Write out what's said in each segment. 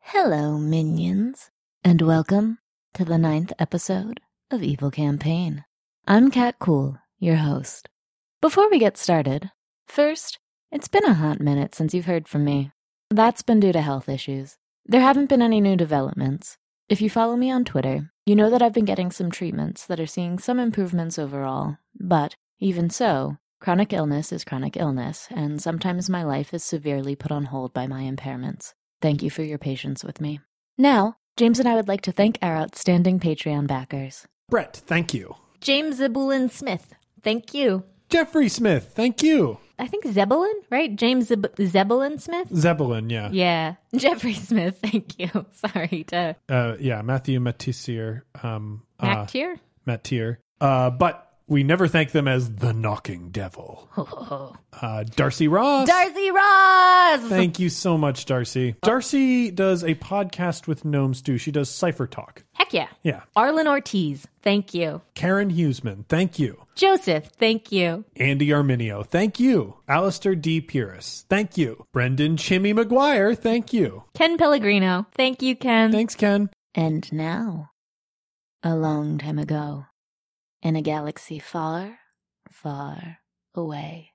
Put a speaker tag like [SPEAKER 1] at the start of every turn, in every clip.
[SPEAKER 1] Hello, minions, and welcome to the ninth episode of Evil Campaign. I'm Kat Cool, your host. Before we get started, first, it's been a hot minute since you've heard from me. That's been due to health issues. There haven't been any new developments. If you follow me on Twitter, you know that I've been getting some treatments that are seeing some improvements overall, but even so, chronic illness is chronic illness, and sometimes my life is severely put on hold by my impairments. Thank you for your patience with me. Now, James and I would like to thank our outstanding Patreon backers.
[SPEAKER 2] Brett, thank you.
[SPEAKER 3] James Zebulon Smith. Thank you.
[SPEAKER 2] Jeffrey Smith, thank you.
[SPEAKER 3] I think Zebulon, right? James Zeb- Zebulon Smith?
[SPEAKER 2] Zebulon, yeah.
[SPEAKER 3] Yeah. Jeffrey Smith, thank you. Sorry to
[SPEAKER 2] Uh, yeah, Matthew Matisier. Um, uh,
[SPEAKER 3] Mactier.
[SPEAKER 2] Mattier. Uh, but we never thank them as the Knocking Devil. Uh, Darcy Ross.
[SPEAKER 3] Darcy Ross!
[SPEAKER 2] Thank you so much, Darcy. Darcy does a podcast with Gnomes too. She does Cypher Talk.
[SPEAKER 3] Heck yeah.
[SPEAKER 2] Yeah.
[SPEAKER 3] Arlen Ortiz, thank you.
[SPEAKER 2] Karen Hughesman, thank you.
[SPEAKER 3] Joseph, thank you.
[SPEAKER 2] Andy Arminio, thank you. Alistair D. Pierce, thank you. Brendan Chimmy McGuire, thank you.
[SPEAKER 3] Ken Pellegrino, thank you, Ken.
[SPEAKER 2] Thanks, Ken.
[SPEAKER 1] And now, a long time ago, in a galaxy far, far away.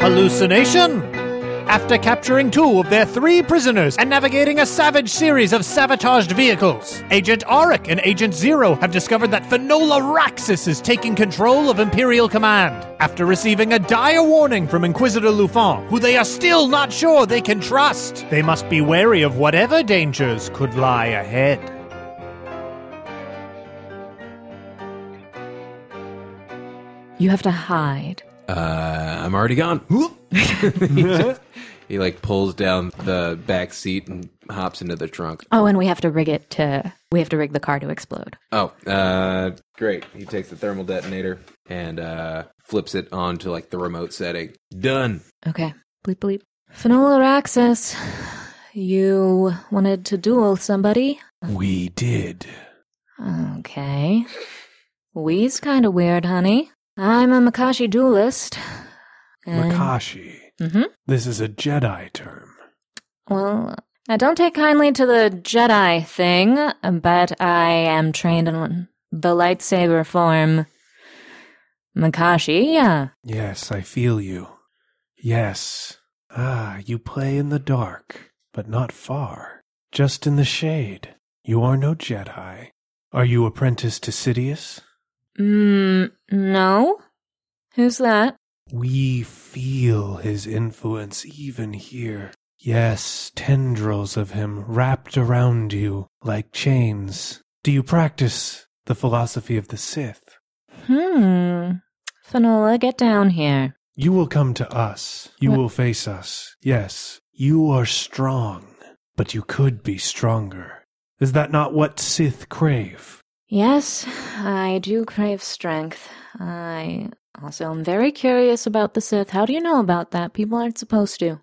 [SPEAKER 4] Hallucination? After capturing two of their three prisoners and navigating a savage series of sabotaged vehicles, Agent Auric and Agent Zero have discovered that Finola Raxus is taking control of Imperial Command. After receiving a dire warning from Inquisitor Lufon, who they are still not sure they can trust, they must be wary of whatever dangers could lie ahead.
[SPEAKER 1] You have to hide.
[SPEAKER 5] Uh, I'm already gone. he, just- he, like pulls down the back seat and hops into the trunk.
[SPEAKER 1] Oh, and we have to rig it to. We have to rig the car to explode.
[SPEAKER 5] Oh, uh, great. He takes the thermal detonator and uh, flips it onto like the remote setting. Done.
[SPEAKER 1] Okay. Bleep bleep. Finola Raxus, you wanted to duel somebody?
[SPEAKER 4] We did.
[SPEAKER 1] Okay. We's kind of weird, honey. I'm a Makashi duelist. and-
[SPEAKER 4] Makashi.
[SPEAKER 1] Mhm.
[SPEAKER 4] This is a Jedi term.
[SPEAKER 1] Well, I don't take kindly to the Jedi thing, but I am trained in the lightsaber form. Makashi, yeah.
[SPEAKER 4] Yes, I feel you. Yes. Ah, you play in the dark, but not far. Just in the shade. You are no Jedi. Are you apprentice to Sidious?
[SPEAKER 1] Mm, no? Who's that?
[SPEAKER 4] We feel his influence even here. Yes, tendrils of him wrapped around you like chains. Do you practice the philosophy of the Sith?
[SPEAKER 1] Hmm. Finola, get down here.
[SPEAKER 4] You will come to us. You will face us. Yes, you are strong, but you could be stronger. Is that not what Sith crave?
[SPEAKER 1] Yes, I do crave strength. I also am very curious about the Sith. How do you know about that? People aren't supposed to.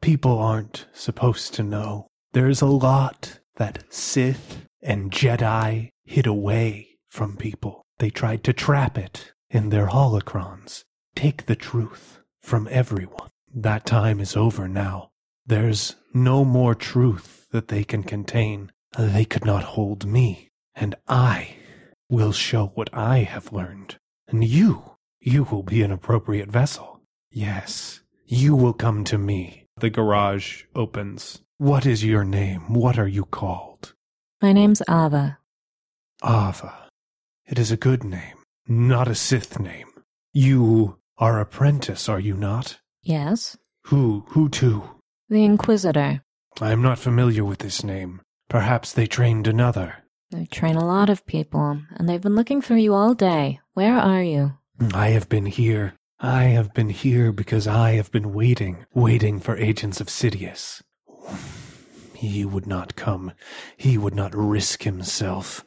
[SPEAKER 4] People aren't supposed to know. There's a lot that Sith and Jedi hid away from people. They tried to trap it in their holocrons, take the truth from everyone. That time is over now. There's no more truth that they can contain. They could not hold me, and I will show what I have learned. And you, you will be an appropriate vessel. Yes, you will come to me.
[SPEAKER 2] The garage opens.
[SPEAKER 4] What is your name? What are you called?
[SPEAKER 1] My name's Ava.
[SPEAKER 4] Ava. It is a good name, not a Sith name. You are apprentice, are you not?
[SPEAKER 1] Yes?
[SPEAKER 4] Who, who to?
[SPEAKER 1] The Inquisitor.
[SPEAKER 4] I am not familiar with this name. Perhaps they trained another.
[SPEAKER 1] They train a lot of people, and they've been looking for you all day. Where are you?
[SPEAKER 4] I have been here. I have been here because I have been waiting, waiting for agents of Sidious. He would not come. He would not risk himself.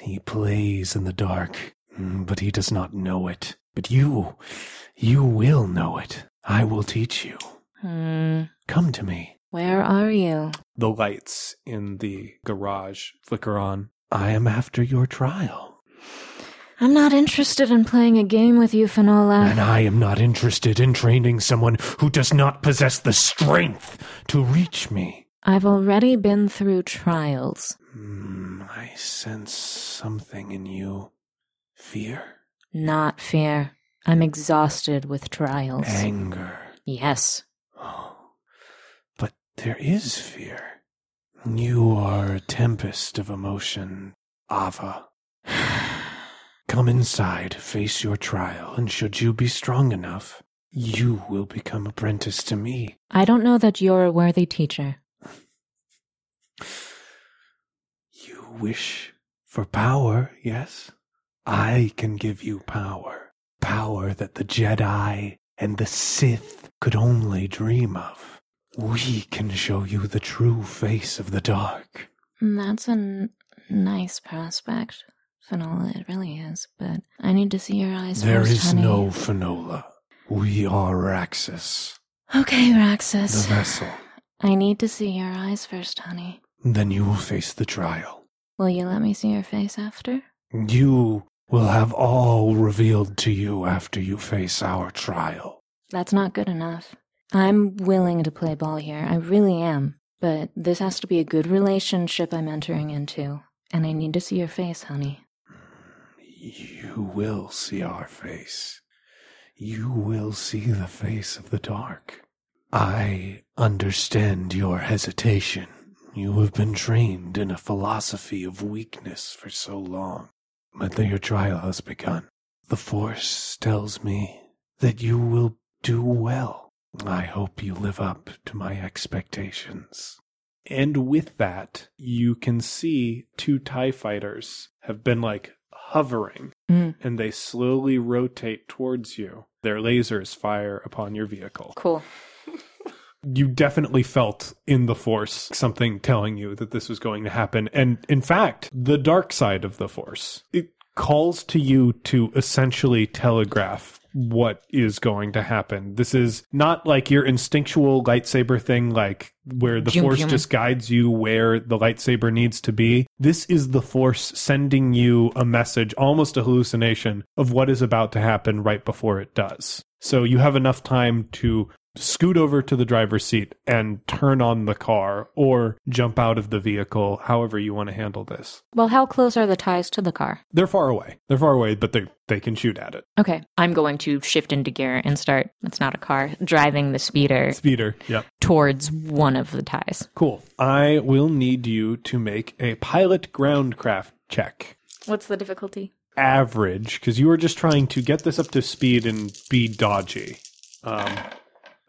[SPEAKER 4] He plays in the dark, mm, but he does not know it. But you, you will know it. I will teach you.
[SPEAKER 1] Hmm.
[SPEAKER 4] Come to me.
[SPEAKER 1] Where are you?
[SPEAKER 2] The lights in the garage flicker on.
[SPEAKER 6] I am after your trial.
[SPEAKER 1] I'm not interested in playing a game with you, Finola.
[SPEAKER 6] And I am not interested in training someone who does not possess the strength to reach me.
[SPEAKER 1] I've already been through trials.
[SPEAKER 6] Hmm, I sense something in you fear,
[SPEAKER 1] Not fear. I'm exhausted with trials.
[SPEAKER 6] anger.
[SPEAKER 1] Yes.
[SPEAKER 6] Oh, but there is fear. You are a tempest of emotion, Ava. Come inside, face your trial, and should you be strong enough, you will become apprentice to me.
[SPEAKER 1] I don't know that you're a worthy teacher.
[SPEAKER 6] You wish for power, yes? I can give you power. Power that the Jedi and the Sith could only dream of. We can show you the true face of the dark.
[SPEAKER 1] Mm, That's a n- nice prospect, Finola. It really is. But I need to see your eyes
[SPEAKER 6] There
[SPEAKER 1] first,
[SPEAKER 6] is
[SPEAKER 1] honey.
[SPEAKER 6] no Finola. We are Raxus,
[SPEAKER 1] Okay,
[SPEAKER 6] the
[SPEAKER 1] Raxus.
[SPEAKER 6] vessel.
[SPEAKER 1] I need to see your eyes first, honey.
[SPEAKER 6] Then you will face the trial.
[SPEAKER 1] Will you let me see your face after?
[SPEAKER 6] You will have all revealed to you after you face our trial.
[SPEAKER 1] That's not good enough. I'm willing to play ball here. I really am. But this has to be a good relationship I'm entering into. And I need to see your face, honey.
[SPEAKER 6] You will see our face. You will see the face of the dark. I understand your hesitation. You have been trained in a philosophy of weakness for so long. But your trial has begun. The Force tells me that you will do well. I hope you live up to my expectations.
[SPEAKER 4] And with that, you can see two TIE fighters have been like hovering
[SPEAKER 1] Mm.
[SPEAKER 4] and they slowly rotate towards you. Their lasers fire upon your vehicle.
[SPEAKER 1] Cool.
[SPEAKER 4] You definitely felt in the Force something telling you that this was going to happen. And in fact, the dark side of the Force. It calls to you to essentially telegraph what is going to happen. This is not like your instinctual lightsaber thing, like where the
[SPEAKER 1] Pew,
[SPEAKER 4] Force
[SPEAKER 1] pew.
[SPEAKER 4] just just guides you where the lightsaber needs to be. This is the force sending you a message, almost a hallucination of what is about to happen right before it does. So you have enough time to scoot over to the driver's seat and turn on the car or jump out of the vehicle, however you want to handle this.
[SPEAKER 1] Well, how close are the ties to the car?
[SPEAKER 4] They're far away. They're far away, but they they can shoot at it.
[SPEAKER 1] Okay. I'm going to shift into gear and start, it's not a car, driving the speeder
[SPEAKER 4] Speeder. Yep.
[SPEAKER 1] towards one of the ties.
[SPEAKER 4] Cool. I will need you to make a pilot groundcraft check.
[SPEAKER 1] What's the difficulty?
[SPEAKER 4] average because you were just trying to get this up to speed and be dodgy. Um,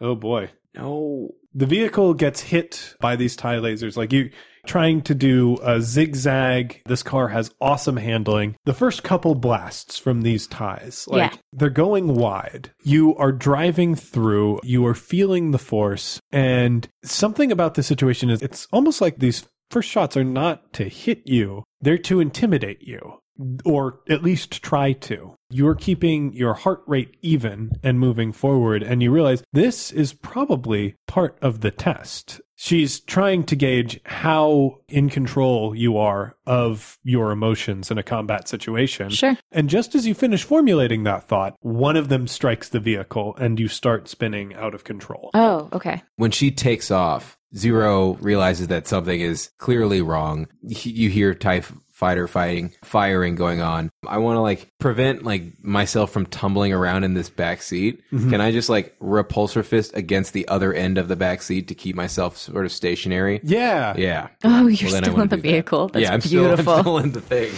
[SPEAKER 4] oh boy,
[SPEAKER 5] No.
[SPEAKER 4] the vehicle gets hit by these tie lasers. Like you trying to do a zigzag. This car has awesome handling. The first couple blasts from these ties, like
[SPEAKER 1] Yeah.
[SPEAKER 4] they're going wide. You are driving through. You are feeling the force, and something about this situation is it's almost like these first shots are not to hit you; they're to intimidate you or at least try to. You're keeping your heart rate even and moving forward, and you realize this is probably part of the test. She's trying to gauge how in control you are of your emotions in a combat situation.
[SPEAKER 1] Sure.
[SPEAKER 4] And just as you finish formulating that thought, one of them strikes the vehicle and you start spinning out of control.
[SPEAKER 1] Oh, okay.
[SPEAKER 5] When she takes off, Zero realizes that something is clearly wrong. He- You hear TIE fighter fighting, firing going on. I want to like prevent like myself from tumbling around in this back seat. Can I just like repulsor fist against the other end of the back seat to keep myself sort of stationary?
[SPEAKER 4] yeah.
[SPEAKER 5] Yeah.
[SPEAKER 1] Oh, you're
[SPEAKER 5] Well, then I
[SPEAKER 1] still in
[SPEAKER 5] wouldn't
[SPEAKER 1] the
[SPEAKER 5] do that.
[SPEAKER 1] vehicle. That's
[SPEAKER 5] yeah, I'm still, I'm
[SPEAKER 1] beautiful.
[SPEAKER 5] still in the thing.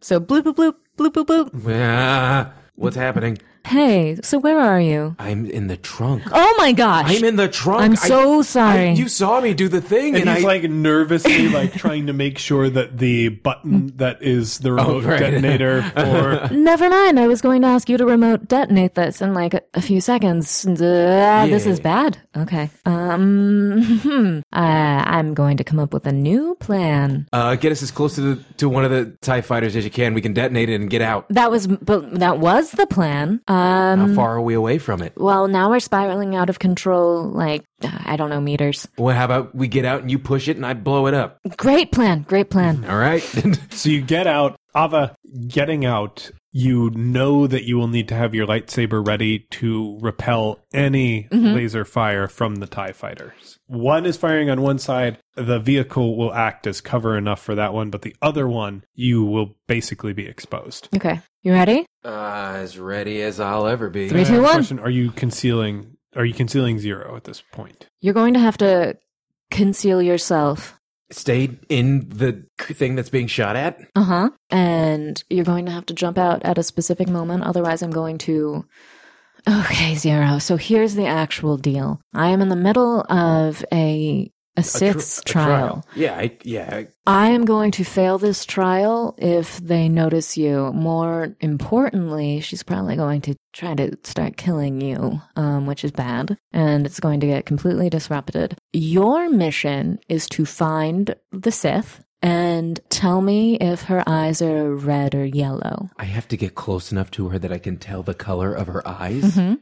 [SPEAKER 1] So bloop, bloop, bloop, bloop, bloop, bloop.
[SPEAKER 5] Ah, what's happening?
[SPEAKER 1] Hey, so where are you?
[SPEAKER 5] I'm in the trunk.
[SPEAKER 1] Oh my gosh.
[SPEAKER 5] I'm in the trunk.
[SPEAKER 1] I'm
[SPEAKER 5] I-
[SPEAKER 1] so sorry.
[SPEAKER 5] I- you saw me do the thing, and,
[SPEAKER 4] And he's
[SPEAKER 5] I
[SPEAKER 4] like nervously like trying to make sure that the button that is the remote
[SPEAKER 5] right.
[SPEAKER 4] detonator for
[SPEAKER 1] Never mind. I was going to ask you to remote detonate this in like a, a few seconds. Uh, This is bad. Okay. Um, hmm. uh, I'm going to come up with a new plan.
[SPEAKER 5] uh, get us as close to E the, to one of the Tie Fighters as you can. We can detonate it and get out.
[SPEAKER 1] That was, but that was the plan.
[SPEAKER 5] How
[SPEAKER 1] Um,
[SPEAKER 5] far are we away from it?
[SPEAKER 1] well, now we're spiraling out of control, like, I don't know, meters.
[SPEAKER 5] Well, how about we get out and you push it and I blow it up?
[SPEAKER 1] Great plan. Great plan.
[SPEAKER 5] All right.
[SPEAKER 4] So you get out, Ava, getting out, you know that you will need to have your lightsaber ready to repel any
[SPEAKER 1] Mm-hmm.
[SPEAKER 4] laser fire from the TIE fighters. One is firing on one side, the vehicle will act as cover enough for that one, but the other one, you will basically be exposed.
[SPEAKER 1] Okay. You ready?
[SPEAKER 5] uh, as ready as I'll ever be.
[SPEAKER 1] Three, two,
[SPEAKER 4] Uh,
[SPEAKER 1] one.
[SPEAKER 4] Question, are you concealing are you concealing zero at this point?
[SPEAKER 1] You're going to have to conceal yourself.
[SPEAKER 5] Stay in the thing that's being shot at.
[SPEAKER 1] Uh huh. And you're going to have to jump out at a specific moment. Otherwise, I'm going to. Okay, Zero. So here's the actual deal I am in the middle of a. A
[SPEAKER 5] A tr-
[SPEAKER 1] Sith's
[SPEAKER 5] a trial.
[SPEAKER 1] trial.
[SPEAKER 5] Yeah, I, yeah. I-
[SPEAKER 1] I am going to fail this trial if they notice you. More importantly, she's probably going to try to start killing you, um, which is bad, and it's going to get completely disrupted. Your mission is to find the Sith and tell me if her eyes are red or yellow.
[SPEAKER 5] I have to get close enough to her that I can tell the color of her eyes.
[SPEAKER 1] Mm-hmm.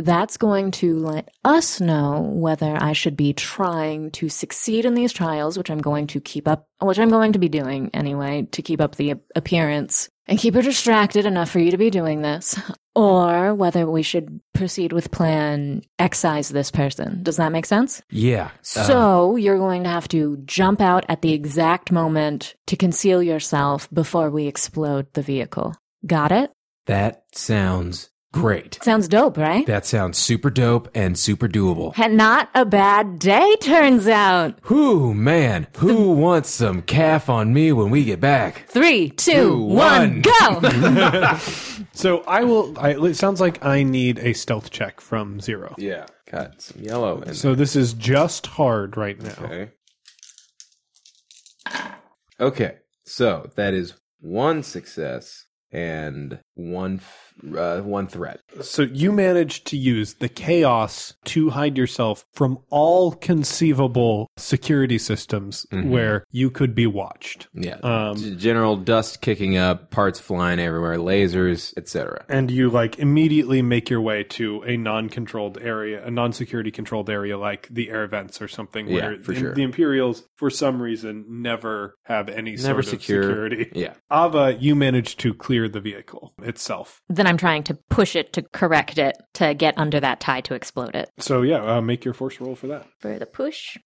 [SPEAKER 1] That's going to let us know whether I should be trying to succeed in these trials, which I'm going to keep up, which I'm going to be doing anyway, to keep up the appearance and keep her distracted enough for you to be doing this, or whether we should proceed with plan excise this person. Does that make sense?
[SPEAKER 5] Yeah. uh,
[SPEAKER 1] So you're going to have to jump out at the exact moment to conceal yourself before we explode the vehicle. Got it?
[SPEAKER 5] that sounds great.
[SPEAKER 1] Sounds dope, right?
[SPEAKER 5] That sounds super dope and super doable.
[SPEAKER 1] And not a bad day, turns out.
[SPEAKER 5] Who, man, who wants some calf on me when we get back?
[SPEAKER 1] Three, two,
[SPEAKER 5] Two,
[SPEAKER 1] one,
[SPEAKER 5] one.
[SPEAKER 1] go!
[SPEAKER 4] So I will I, it sounds like I need a stealth check from zero.
[SPEAKER 5] Yeah, got some yellow in
[SPEAKER 4] So this is just hard right now.
[SPEAKER 5] Okay. Okay, so that is one success and one f- uh, one threat.
[SPEAKER 4] So you managed to use the chaos to hide yourself from all conceivable security systems
[SPEAKER 5] Mhm.
[SPEAKER 4] where you could be watched.
[SPEAKER 5] Yeah,
[SPEAKER 4] Um,
[SPEAKER 5] G- general dust kicking up, parts flying everywhere, lasers, etc.
[SPEAKER 4] and you like immediately make your way to a non-controlled area, a non-security controlled area like the air vents or something
[SPEAKER 5] Yeah,
[SPEAKER 4] where
[SPEAKER 5] for
[SPEAKER 4] the,
[SPEAKER 5] sure.
[SPEAKER 4] the Imperials for some reason never have any
[SPEAKER 5] Never
[SPEAKER 4] sort
[SPEAKER 5] secure.
[SPEAKER 4] of security.
[SPEAKER 5] Yeah,
[SPEAKER 4] Ava, you managed to clear the vehicle itself.
[SPEAKER 3] Then I'm trying to push it to correct it to get under that tie to explode it.
[SPEAKER 4] So yeah, uh, make your force roll for that.
[SPEAKER 3] For the push.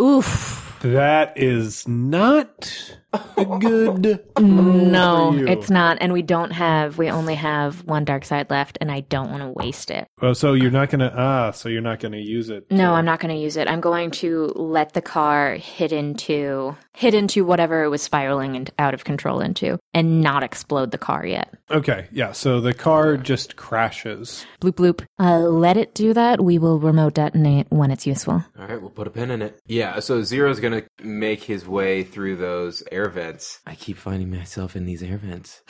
[SPEAKER 3] Oof.
[SPEAKER 4] That is not a good.
[SPEAKER 3] No,
[SPEAKER 4] you.
[SPEAKER 3] it's not. And we don't have, we only have one dark side left, and I don't want to waste it.
[SPEAKER 4] Oh, so you're not gonna ah, so you're not gonna use it.
[SPEAKER 3] No, I'm not going to use it. I'm going to let the car hit into hit into whatever it was spiraling and out of control into, and not explode the car yet.
[SPEAKER 4] Okay, yeah. So the car just crashes.
[SPEAKER 1] bloop, bloop. Uh, let it do that. We will remote detonate when it's useful.
[SPEAKER 5] All right, we'll put a pin in it. Yeah, so Zero's gonna make his way through those air vents. I keep finding myself in these air vents.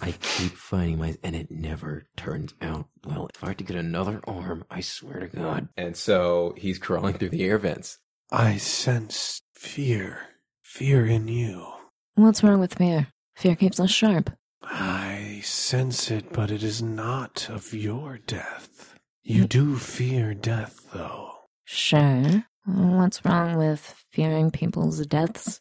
[SPEAKER 5] I keep finding my, and it never turns out well. If I had to get another arm, I swear to God. And so he's crawling through the air vents.
[SPEAKER 6] I sense fear. Fear in you.
[SPEAKER 1] What's wrong with fear? Fear keeps us sharp.
[SPEAKER 6] I sense it, but it is not of your death. You do fear death, though.
[SPEAKER 1] Sure. What's wrong with fearing people's deaths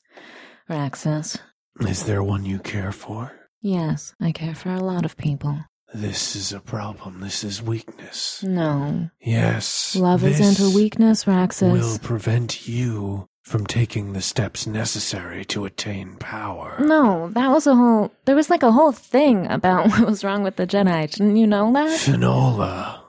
[SPEAKER 1] or access?
[SPEAKER 6] Is there one you care for?
[SPEAKER 1] Yes, I care for a lot of people.
[SPEAKER 6] This is a problem. This is weakness.
[SPEAKER 1] No.
[SPEAKER 6] Yes.
[SPEAKER 1] Love
[SPEAKER 6] this
[SPEAKER 1] isn't a weakness,
[SPEAKER 6] Will
[SPEAKER 1] Raxus.
[SPEAKER 6] prevent you from taking the steps necessary to attain power.
[SPEAKER 1] No, that was a whole. There was like a whole thing about what was wrong with the Jedi. Didn't you know that?
[SPEAKER 6] Finola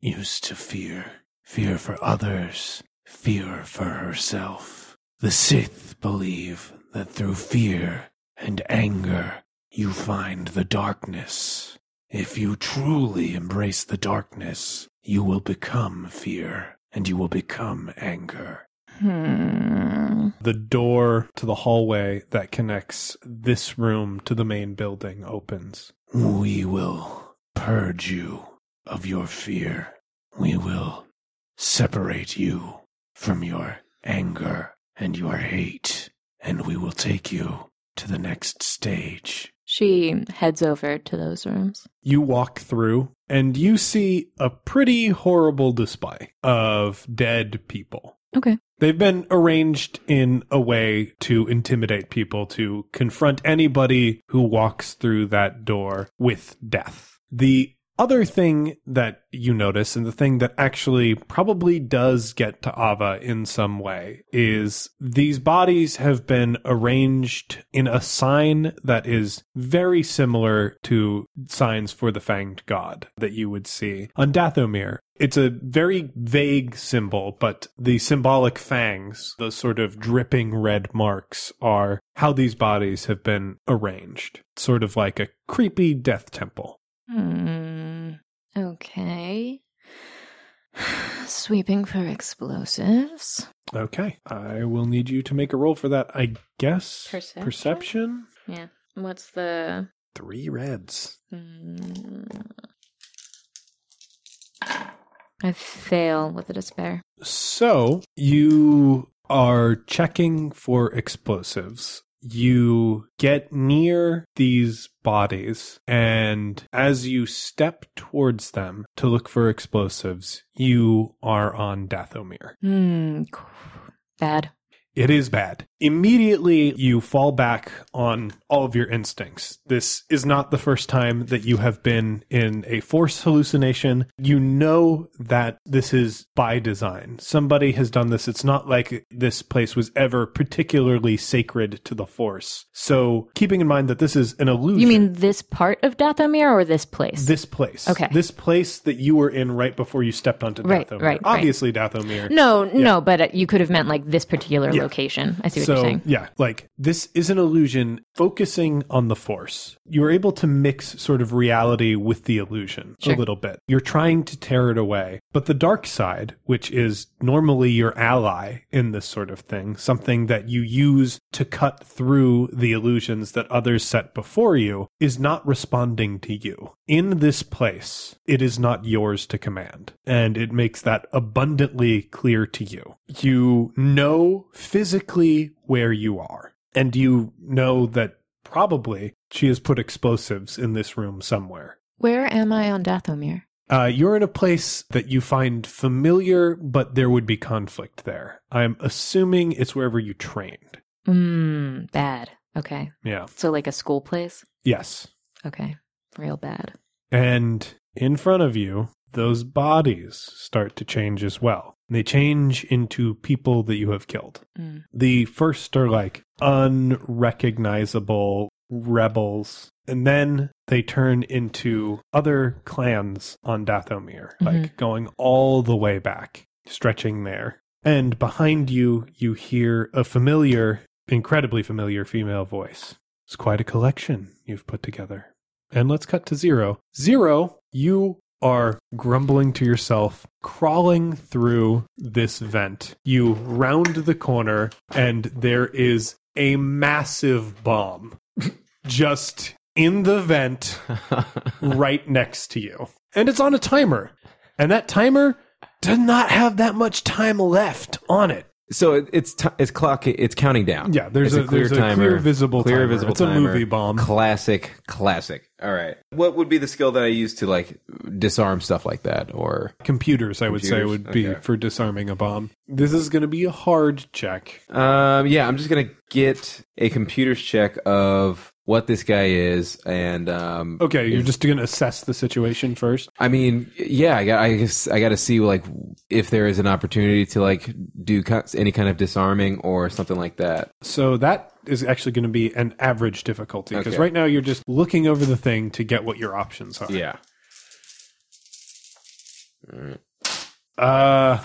[SPEAKER 6] used to fear fear for others, fear for herself. The Sith believe that through fear and anger you find the darkness. If you truly embrace the darkness, you will become fear and you will become anger.
[SPEAKER 1] Hmm.
[SPEAKER 4] The door to the hallway that connects this room to the main building opens.
[SPEAKER 6] We will purge you of your fear. We will separate you from your anger and your hate, and we will take you to the next stage.
[SPEAKER 1] She heads over to those rooms.
[SPEAKER 4] You walk through and you see a pretty horrible display of dead people.
[SPEAKER 1] Okay.
[SPEAKER 4] They've been arranged in a way to intimidate people to confront anybody who walks through that door with death. The other thing that you notice, and the thing that actually probably does get to Ava in some way, is these bodies have been arranged in a sign that is very similar to signs for the Fanged God that you would see on Dathomir it's a very vague symbol, but the symbolic fangs, those sort of dripping red marks, are how these bodies have been arranged. Sort of like a creepy death temple.
[SPEAKER 1] Hmm. Okay. Sweeping for explosives.
[SPEAKER 4] Okay. I will need you to make a roll for that, I guess.
[SPEAKER 3] Perception?
[SPEAKER 4] Perception?
[SPEAKER 3] What's the
[SPEAKER 4] Three reds.
[SPEAKER 3] Hmm. I fail with a despair.
[SPEAKER 4] So you are checking for explosives. You get near these bodies, and as you step towards them to look for explosives, you are on Dathomir.
[SPEAKER 1] Hmm. Bad.
[SPEAKER 4] It is bad. Immediately, you fall back on all of your instincts. This is not the first time that you have been in a force hallucination. You know that this is by design. Somebody has done this. It's not like this place was ever particularly sacred to the force. So, keeping in mind that this is an illusion.
[SPEAKER 3] You mean this part of Dathomir or this place?
[SPEAKER 4] This place.
[SPEAKER 3] Okay.
[SPEAKER 4] This place that you were in right before you stepped onto
[SPEAKER 3] Right,
[SPEAKER 4] Dathomir.
[SPEAKER 3] right, right.
[SPEAKER 4] Obviously, Dathomir.
[SPEAKER 3] no, no, but uh, you could have meant like this particular
[SPEAKER 4] Yeah.
[SPEAKER 3] location. I see what
[SPEAKER 4] so,
[SPEAKER 3] you're saying.
[SPEAKER 4] Yeah, like this is an illusion focusing on the force. You're able to mix sort of reality with the illusion
[SPEAKER 3] Sure.
[SPEAKER 4] a little bit. You're trying to tear it away. But the dark side, which is normally your ally in this sort of thing, something that you use to cut through the illusions that others set before you, is not responding to you. In this place, it is not yours to command. And it makes that abundantly clear to you. You know physically where you are. And you know that probably she has put explosives in this room somewhere.
[SPEAKER 1] Where am I on Dathomir?
[SPEAKER 4] Uh, you're in a place that you find familiar, but there would be conflict there. I'm assuming it's wherever you trained.
[SPEAKER 1] Hmm.
[SPEAKER 3] Mm,
[SPEAKER 1] Bad. Okay.
[SPEAKER 4] Yeah.
[SPEAKER 3] So like a school place?
[SPEAKER 4] Yes.
[SPEAKER 3] Okay.
[SPEAKER 1] Real bad.
[SPEAKER 4] And in front of you, those bodies start to change as well. They change into people that you have killed.
[SPEAKER 1] Mm.
[SPEAKER 4] The first are like unrecognizable rebels, and then they turn into other clans on Dathomir, like going all the way back, stretching there. And behind you, you hear a familiar, incredibly familiar female voice. It's quite a collection you've put together. And let's cut to zero. Zero, you are grumbling to yourself, crawling through this vent. You round the corner, and there is a massive bomb just in the vent right next to you. And it's on a timer. And that timer does not have that much time left on it.
[SPEAKER 5] so it, it's t- it's clock it's counting down.
[SPEAKER 4] Yeah, there's
[SPEAKER 5] It's
[SPEAKER 4] a- there's a clear visible timer. It's a movie bomb.
[SPEAKER 5] Classic, classic. All right. What would be the skill that I use to like disarm stuff like that or
[SPEAKER 4] Computers, I would say,
[SPEAKER 5] Computers?
[SPEAKER 4] would be
[SPEAKER 5] Okay.
[SPEAKER 4] for disarming a bomb. This is going to be a hard check.
[SPEAKER 5] Um, yeah, I'm just gonna get a computer's check of what this guy is, and um,
[SPEAKER 4] Okay, you're just going to assess the situation first.
[SPEAKER 5] I mean, yeah, I got, I guess I got to see like if there is an opportunity to like do co- any kind of disarming or something like that.
[SPEAKER 4] So that is actually going to be an average difficulty because
[SPEAKER 5] Okay.
[SPEAKER 4] right now you're just looking over the thing to get what your options are.
[SPEAKER 5] Yeah,
[SPEAKER 4] Uh,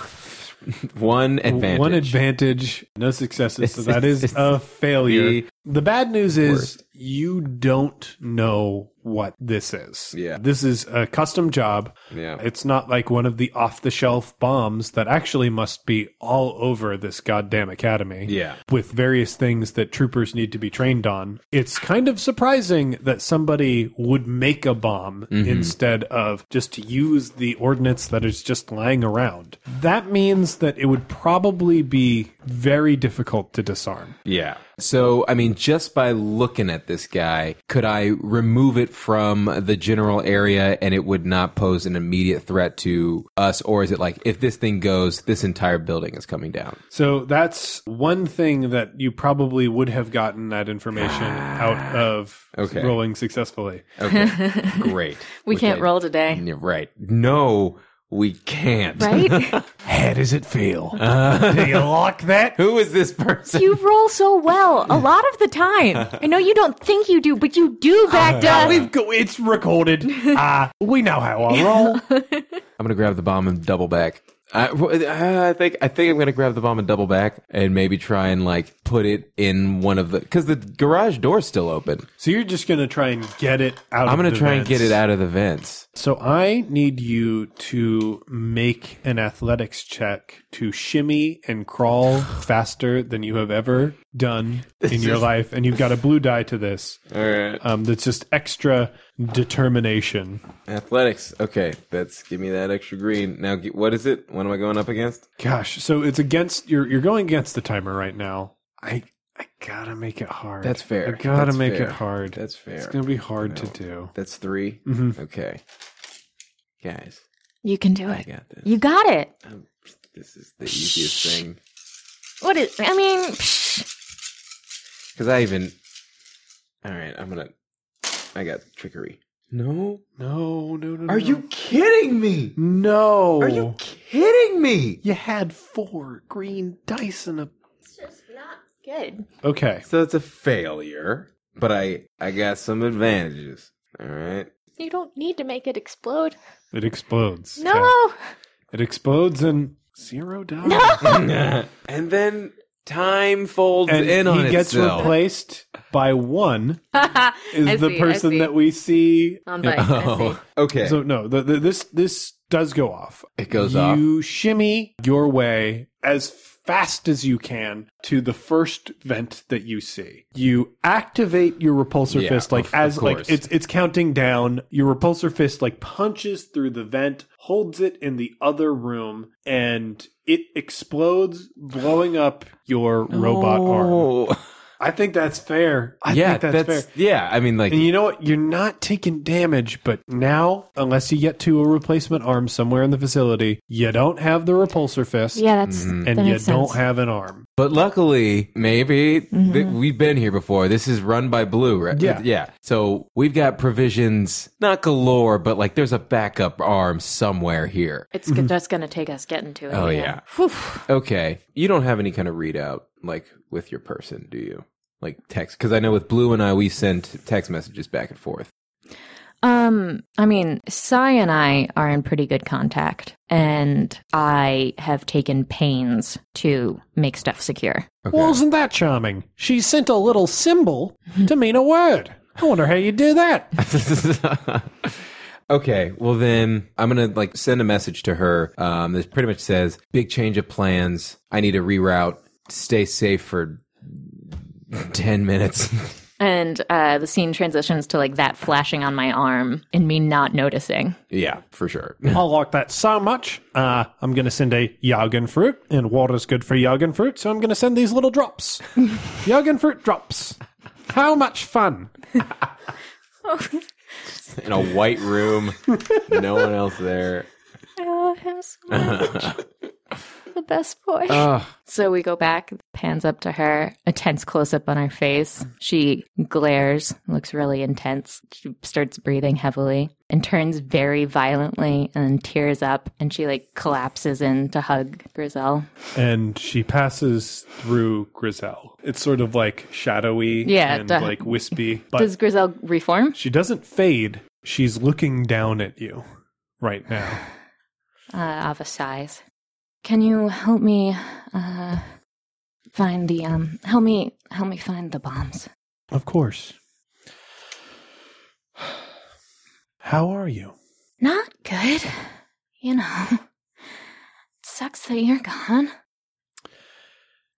[SPEAKER 5] one advantage.
[SPEAKER 4] One advantage, no successes. So
[SPEAKER 5] It's-
[SPEAKER 4] that is
[SPEAKER 5] it's-
[SPEAKER 4] a failure.
[SPEAKER 5] the-
[SPEAKER 4] The bad news is
[SPEAKER 5] Worst.
[SPEAKER 4] you don't know what this is.
[SPEAKER 5] Yeah.
[SPEAKER 4] This is a custom job.
[SPEAKER 5] Yeah.
[SPEAKER 4] It's not like one of the off the shelf bombs that actually must be all over this goddamn academy.
[SPEAKER 5] Yeah.
[SPEAKER 4] With various things that troopers need to be trained on. It's kind of surprising that somebody would make a bomb
[SPEAKER 5] Mm-hmm.
[SPEAKER 4] instead of just use the ordnance that is just lying around. That means that it would probably be very difficult to disarm.
[SPEAKER 5] Yeah. So I mean, just by looking at at this guy. Could I remove it from the general area and it would not pose an immediate threat to us? Or is it like, if this thing goes, this entire building is coming down?
[SPEAKER 4] So that's one thing that you probably would have gotten that information out of
[SPEAKER 5] Ah, Okay.
[SPEAKER 4] rolling successfully.
[SPEAKER 5] Okay, great.
[SPEAKER 3] we
[SPEAKER 5] Which
[SPEAKER 3] can't
[SPEAKER 5] I-
[SPEAKER 3] roll today.
[SPEAKER 5] You're right. No, we can't. Uh,
[SPEAKER 3] Right?
[SPEAKER 6] How does it feel? Do you like that?
[SPEAKER 5] Who is this person?
[SPEAKER 3] you roll so well a lot of the time. I know you don't think you do, but you do back up.
[SPEAKER 6] We've go- it's recorded. Uh, we know how I roll.
[SPEAKER 5] I'm gonna grab the bomb and double back. I, w- I think I think I'm gonna grab the bomb and double back, and maybe try and like put it in one of the because the garage door's still open.
[SPEAKER 4] So you're just going to try and get it out.
[SPEAKER 5] I'm
[SPEAKER 4] going
[SPEAKER 5] gonna
[SPEAKER 4] to
[SPEAKER 5] try and get it out of the vents.
[SPEAKER 4] So I need you to make an athletics check to shimmy and crawl faster than you have ever done in your life, and you've got a blue die to this.
[SPEAKER 5] All right,
[SPEAKER 4] Um, that's just extra determination.
[SPEAKER 5] athletics. Okay, that's give me that extra green. Now, g- what is it? What am I going up against?
[SPEAKER 4] Gosh, so it's against you're you're going against the timer right now. I I gotta make it hard.
[SPEAKER 5] That's fair.
[SPEAKER 4] I gotta
[SPEAKER 5] That's
[SPEAKER 4] make
[SPEAKER 5] fair.
[SPEAKER 4] it hard.
[SPEAKER 5] That's fair.
[SPEAKER 4] It's gonna be hard to do.
[SPEAKER 5] That's 3
[SPEAKER 4] Mhm.
[SPEAKER 5] Okay, guys,
[SPEAKER 3] You can do
[SPEAKER 5] I
[SPEAKER 3] it.
[SPEAKER 5] got this.
[SPEAKER 3] You got it.
[SPEAKER 5] Um, this is the easiest thing
[SPEAKER 3] What is? I mean, psh,
[SPEAKER 5] because I even. All right, I'm gonna. I got trickery. No,
[SPEAKER 4] No, no, no.
[SPEAKER 5] Are you kidding me?
[SPEAKER 4] No.
[SPEAKER 5] Are you kidding me?
[SPEAKER 4] You had four green dice in a.
[SPEAKER 3] good.
[SPEAKER 4] Okay.
[SPEAKER 5] So it's a failure, but I I got some advantages. All right.
[SPEAKER 3] You don't need to make it explode.
[SPEAKER 4] It explodes. Okay.
[SPEAKER 3] No,
[SPEAKER 4] It explodes and zero dice.
[SPEAKER 5] and then time folds
[SPEAKER 4] And
[SPEAKER 5] in
[SPEAKER 4] he
[SPEAKER 5] on
[SPEAKER 4] gets
[SPEAKER 5] itself.
[SPEAKER 4] replaced by one. Is
[SPEAKER 3] I
[SPEAKER 4] the
[SPEAKER 3] see, I
[SPEAKER 4] person
[SPEAKER 3] see.
[SPEAKER 4] that we see?
[SPEAKER 3] Um, but I see.
[SPEAKER 5] Oh, okay.
[SPEAKER 4] So no, the, the, this this does go off.
[SPEAKER 5] it goes
[SPEAKER 4] you
[SPEAKER 5] off.
[SPEAKER 4] shimmy your way as fast as you can to the first vent that you see. You activate your repulsor
[SPEAKER 5] Yeah,
[SPEAKER 4] fist like
[SPEAKER 5] of- of
[SPEAKER 4] as
[SPEAKER 5] course.
[SPEAKER 4] like it's it's counting down. Your repulsor fist like punches through the vent, holds it in the other room, and it explodes, blowing up your robot arm.
[SPEAKER 5] Oh.
[SPEAKER 4] I think that's fair. I
[SPEAKER 5] yeah,
[SPEAKER 4] think that's, fair.
[SPEAKER 5] yeah. I mean, like
[SPEAKER 4] And you know what? You're not taking damage, but now, unless you get to a replacement arm somewhere in the facility, you don't have the repulsor fist.
[SPEAKER 3] Yeah, that's
[SPEAKER 5] Mhm.
[SPEAKER 3] that
[SPEAKER 4] And you
[SPEAKER 3] makes
[SPEAKER 4] don't
[SPEAKER 3] sense.
[SPEAKER 4] have an arm.
[SPEAKER 5] But luckily, maybe th- we've been here before. This is run by Blue, right?
[SPEAKER 4] Yeah.
[SPEAKER 5] Yeah. So we've got provisions, not galore, but like there's a backup arm somewhere here.
[SPEAKER 3] It's
[SPEAKER 4] Mm-hmm.
[SPEAKER 3] good. that's gonna take us getting to it.
[SPEAKER 5] Oh, yeah.
[SPEAKER 3] Whew.
[SPEAKER 5] Okay. You don't have any kind of readout like with your person, do you? Like text? Because I know with Blue and I, we send text messages back and forth.
[SPEAKER 3] Um, I mean, Sai and I are in pretty good contact, and I have taken pains to make stuff secure.
[SPEAKER 5] Okay.
[SPEAKER 4] Well, isn't that charming? She sent a little symbol to mean a word. I wonder how you do that.
[SPEAKER 5] okay. Well, then I'm going to like send a message to her um, that pretty much says big change of plans. I need a reroute. Stay safe for 10 minutes.
[SPEAKER 3] And uh, the scene transitions to like that flashing on my arm and me not noticing.
[SPEAKER 5] yeah, for sure.
[SPEAKER 4] I like that so much. Uh, I'm going to send a Jagen fruit, and water's good for Jagen fruit, so I'm going to send these little drops. Jagen fruit drops. How much fun.
[SPEAKER 5] In a white room, no one else there.
[SPEAKER 3] I love Oh, him so much. the best boy.
[SPEAKER 5] Ugh.
[SPEAKER 3] so we go back, pans up to her, a tense close up on her face. She glares, looks really intense. She starts breathing heavily and turns very violently and then tears up and she like collapses in to hug Grizel.
[SPEAKER 4] and she passes through Grizel. It's sort of like shadowy
[SPEAKER 3] Yeah,
[SPEAKER 4] and
[SPEAKER 3] duh.
[SPEAKER 4] like wispy, but
[SPEAKER 3] Does Grizel reform?
[SPEAKER 4] she doesn't fade. She's looking down at you right now.
[SPEAKER 3] uh, of a size. Can you help me uh, find the um? Help me, help me find the bombs.
[SPEAKER 4] Of course. How are you?
[SPEAKER 3] Not good, you know. Sucks that you're gone.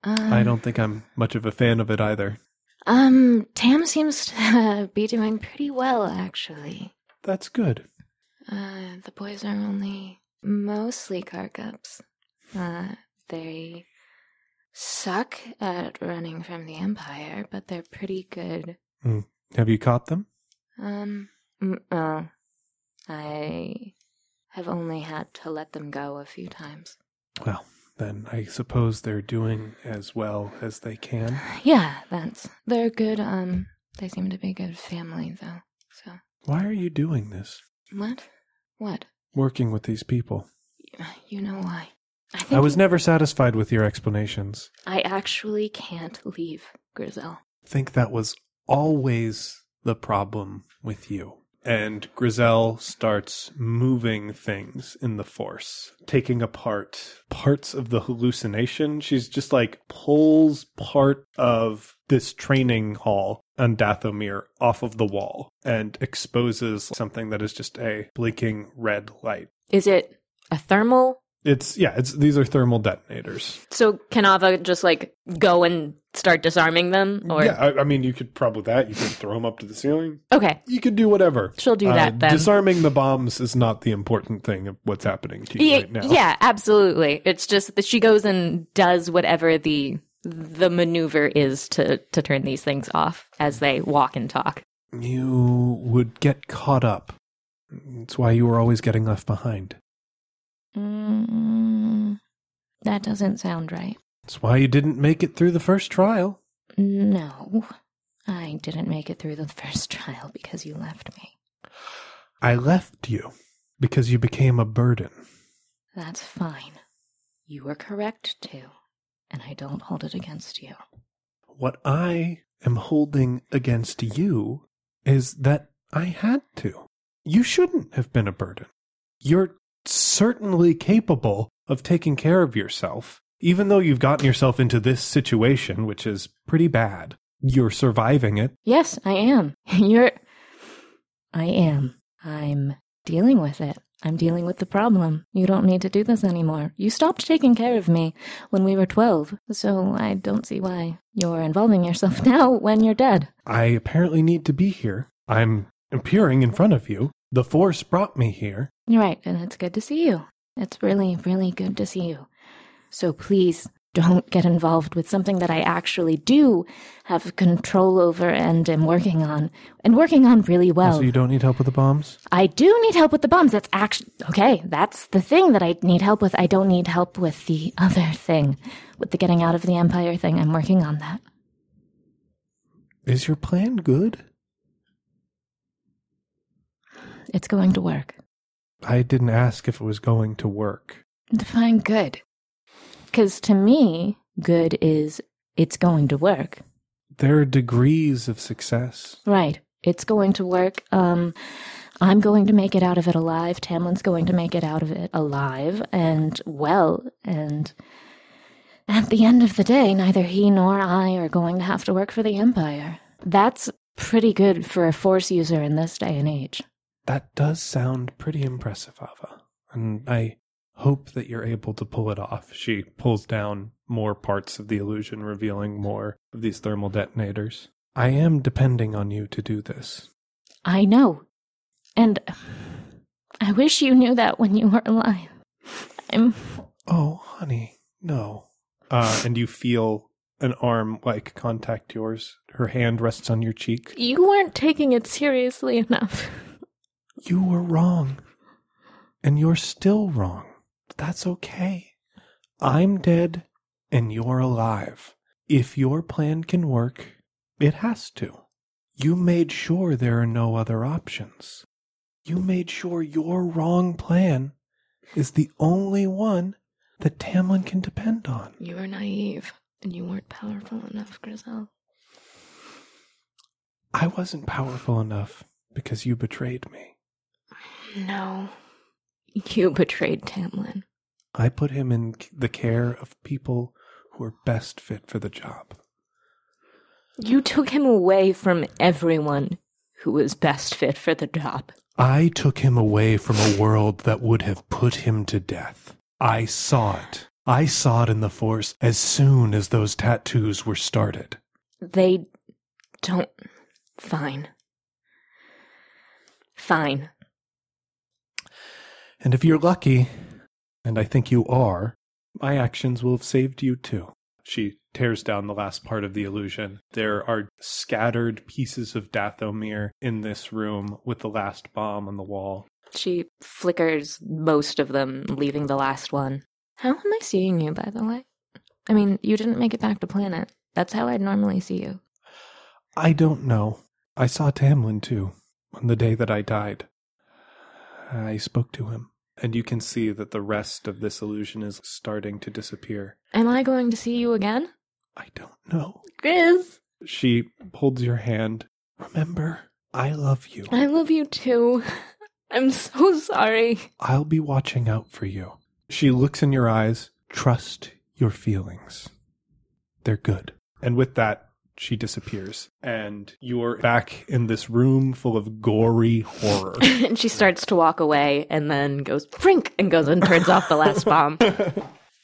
[SPEAKER 3] Um,
[SPEAKER 4] I don't think I'm much of a fan of it either.
[SPEAKER 3] Um, Tam seems to uh, be doing pretty well, actually.
[SPEAKER 4] That's good.
[SPEAKER 3] Uh, the boys are only mostly carcups. Uh, they suck at running from the Empire, but they're pretty good
[SPEAKER 4] Mm. Have you caught them?
[SPEAKER 1] Um, mm, oh, I have only had to let them go a few times.
[SPEAKER 4] Well, then I suppose they're doing as well as they can.
[SPEAKER 1] Yeah, that's they're good. Um, they seem to be good family though. So
[SPEAKER 4] Why are you doing this?
[SPEAKER 1] what? What?
[SPEAKER 4] Working with these people?
[SPEAKER 1] You know why? I think
[SPEAKER 4] I was never satisfied with your explanations.
[SPEAKER 1] I actually can't leave Grizel.
[SPEAKER 4] think that was always the problem with you. And Grizel starts moving things in the force, taking apart parts of the hallucination. She's just like pulls part of this training hall on Dathomir off of the wall and exposes something that is just a blinking red light.
[SPEAKER 3] Is it a thermal?
[SPEAKER 4] It's yeah, it's these are thermal detonators.
[SPEAKER 3] So can Ava just like go and start disarming them? Or
[SPEAKER 4] yeah, I, I mean you could probably that, you could throw them up to the ceiling.
[SPEAKER 3] okay,
[SPEAKER 4] You could do whatever.
[SPEAKER 3] she'll do that
[SPEAKER 4] Uh,
[SPEAKER 3] then.
[SPEAKER 4] Disarming the bombs is not the important thing of what's happening to you
[SPEAKER 3] yeah,
[SPEAKER 4] right now.
[SPEAKER 3] yeah, absolutely. It's just that she goes and does whatever the the maneuver is to to turn these things off as they walk and talk.
[SPEAKER 4] You would get caught up. It's why you were always getting left behind.
[SPEAKER 1] Mm, that doesn't sound right.
[SPEAKER 4] It's why you didn't make it through the first trial.
[SPEAKER 1] No, I didn't make it through the first trial because you left me.
[SPEAKER 4] I left you because you became a burden.
[SPEAKER 1] That's fine. You were correct too, and I don't hold it against you.
[SPEAKER 4] What I am holding against you is that I had to. You shouldn't have been a burden. You're certainly capable of taking care of yourself, even though you've gotten yourself into this situation, which is pretty bad. You're surviving it.
[SPEAKER 1] Yes, I am. You're. I am. I'm dealing with it. I'm dealing with the problem. You don't need to do this anymore. You stopped taking care of me when we were 12, so I don't see why you're involving yourself now when you're dead.
[SPEAKER 4] I apparently need to be here. I'm appearing in front of you. The force brought me here.
[SPEAKER 1] You're right, and it's good to see you. It's really, really good to see you. So please don't get involved with something that I actually do have control over and am working on, and working on really well.
[SPEAKER 4] so you don't need help with the bombs?
[SPEAKER 1] I do need help with the bombs. That's actually okay. That's the thing that I need help with. I don't need help with the other thing, with the getting out of the empire thing. I'm working on that.
[SPEAKER 4] Is your plan good?
[SPEAKER 1] It's going to work.
[SPEAKER 4] I didn't ask if it was going to work.
[SPEAKER 1] Define good. Because to me, good is it's going to work.
[SPEAKER 4] There are degrees of success.
[SPEAKER 1] Right. It's going to work. Um, I'm going to make it out of it alive. Tamlin's going to make it out of it alive and well. And at the end of the day, neither he nor I are going to have to work for the Empire. That's pretty good for a Force user in this day and age.
[SPEAKER 4] That does sound pretty impressive, Ava. And I hope that you're able to pull it off. She pulls down more parts of the illusion, revealing more of these thermal detonators. I am depending on you to do this.
[SPEAKER 1] I know. And I wish you knew that when you were alive. I'm.
[SPEAKER 4] Oh, honey, no. Uh, and you feel an arm like contact yours. Her hand rests on your cheek.
[SPEAKER 1] You weren't taking it seriously enough.
[SPEAKER 4] You were wrong. And you're still wrong. That's okay. I'm dead and you're alive. If your plan can work, it has to. You made sure there are no other options. You made sure your wrong plan is the only one that Tamlin can depend on.
[SPEAKER 1] You were naive, and you weren't powerful enough, Grizel.
[SPEAKER 4] I wasn't powerful enough because you betrayed me.
[SPEAKER 1] No. You betrayed Tamlin.
[SPEAKER 4] I put him in c- the care of people who are best fit for the job.
[SPEAKER 3] You took him away from everyone who was best fit for the job.
[SPEAKER 4] I took him away from a world that would have put him to death. I saw it. I saw it in the Force as soon as those tattoos were started.
[SPEAKER 3] They don't. Fine. Fine.
[SPEAKER 4] And if you're lucky, and I think you are, my actions will have saved you too. She tears down the last part of the illusion. There are scattered pieces of Dathomir in this room with the last bomb on the wall.
[SPEAKER 3] She flickers most of them, leaving the last one. How am I seeing you, by the way? I mean, you didn't make it back to planet. That's how I'd normally see you.
[SPEAKER 4] I don't know. I saw Tamlin too on the day that I died. I spoke to him. And you can see that the rest of this illusion is starting to disappear.
[SPEAKER 3] Am I going to see you again?
[SPEAKER 4] I don't know.
[SPEAKER 3] Grizz,
[SPEAKER 4] She holds your hand. Remember, I love you.
[SPEAKER 3] I love you too. I'm so sorry.
[SPEAKER 4] I'll be watching out for you. She looks in your eyes. Trust your feelings. They're good. And with that, she disappears. And you're back in this room full of gory horror.
[SPEAKER 3] and she starts to walk away and then goes frink and goes and turns off the last bomb.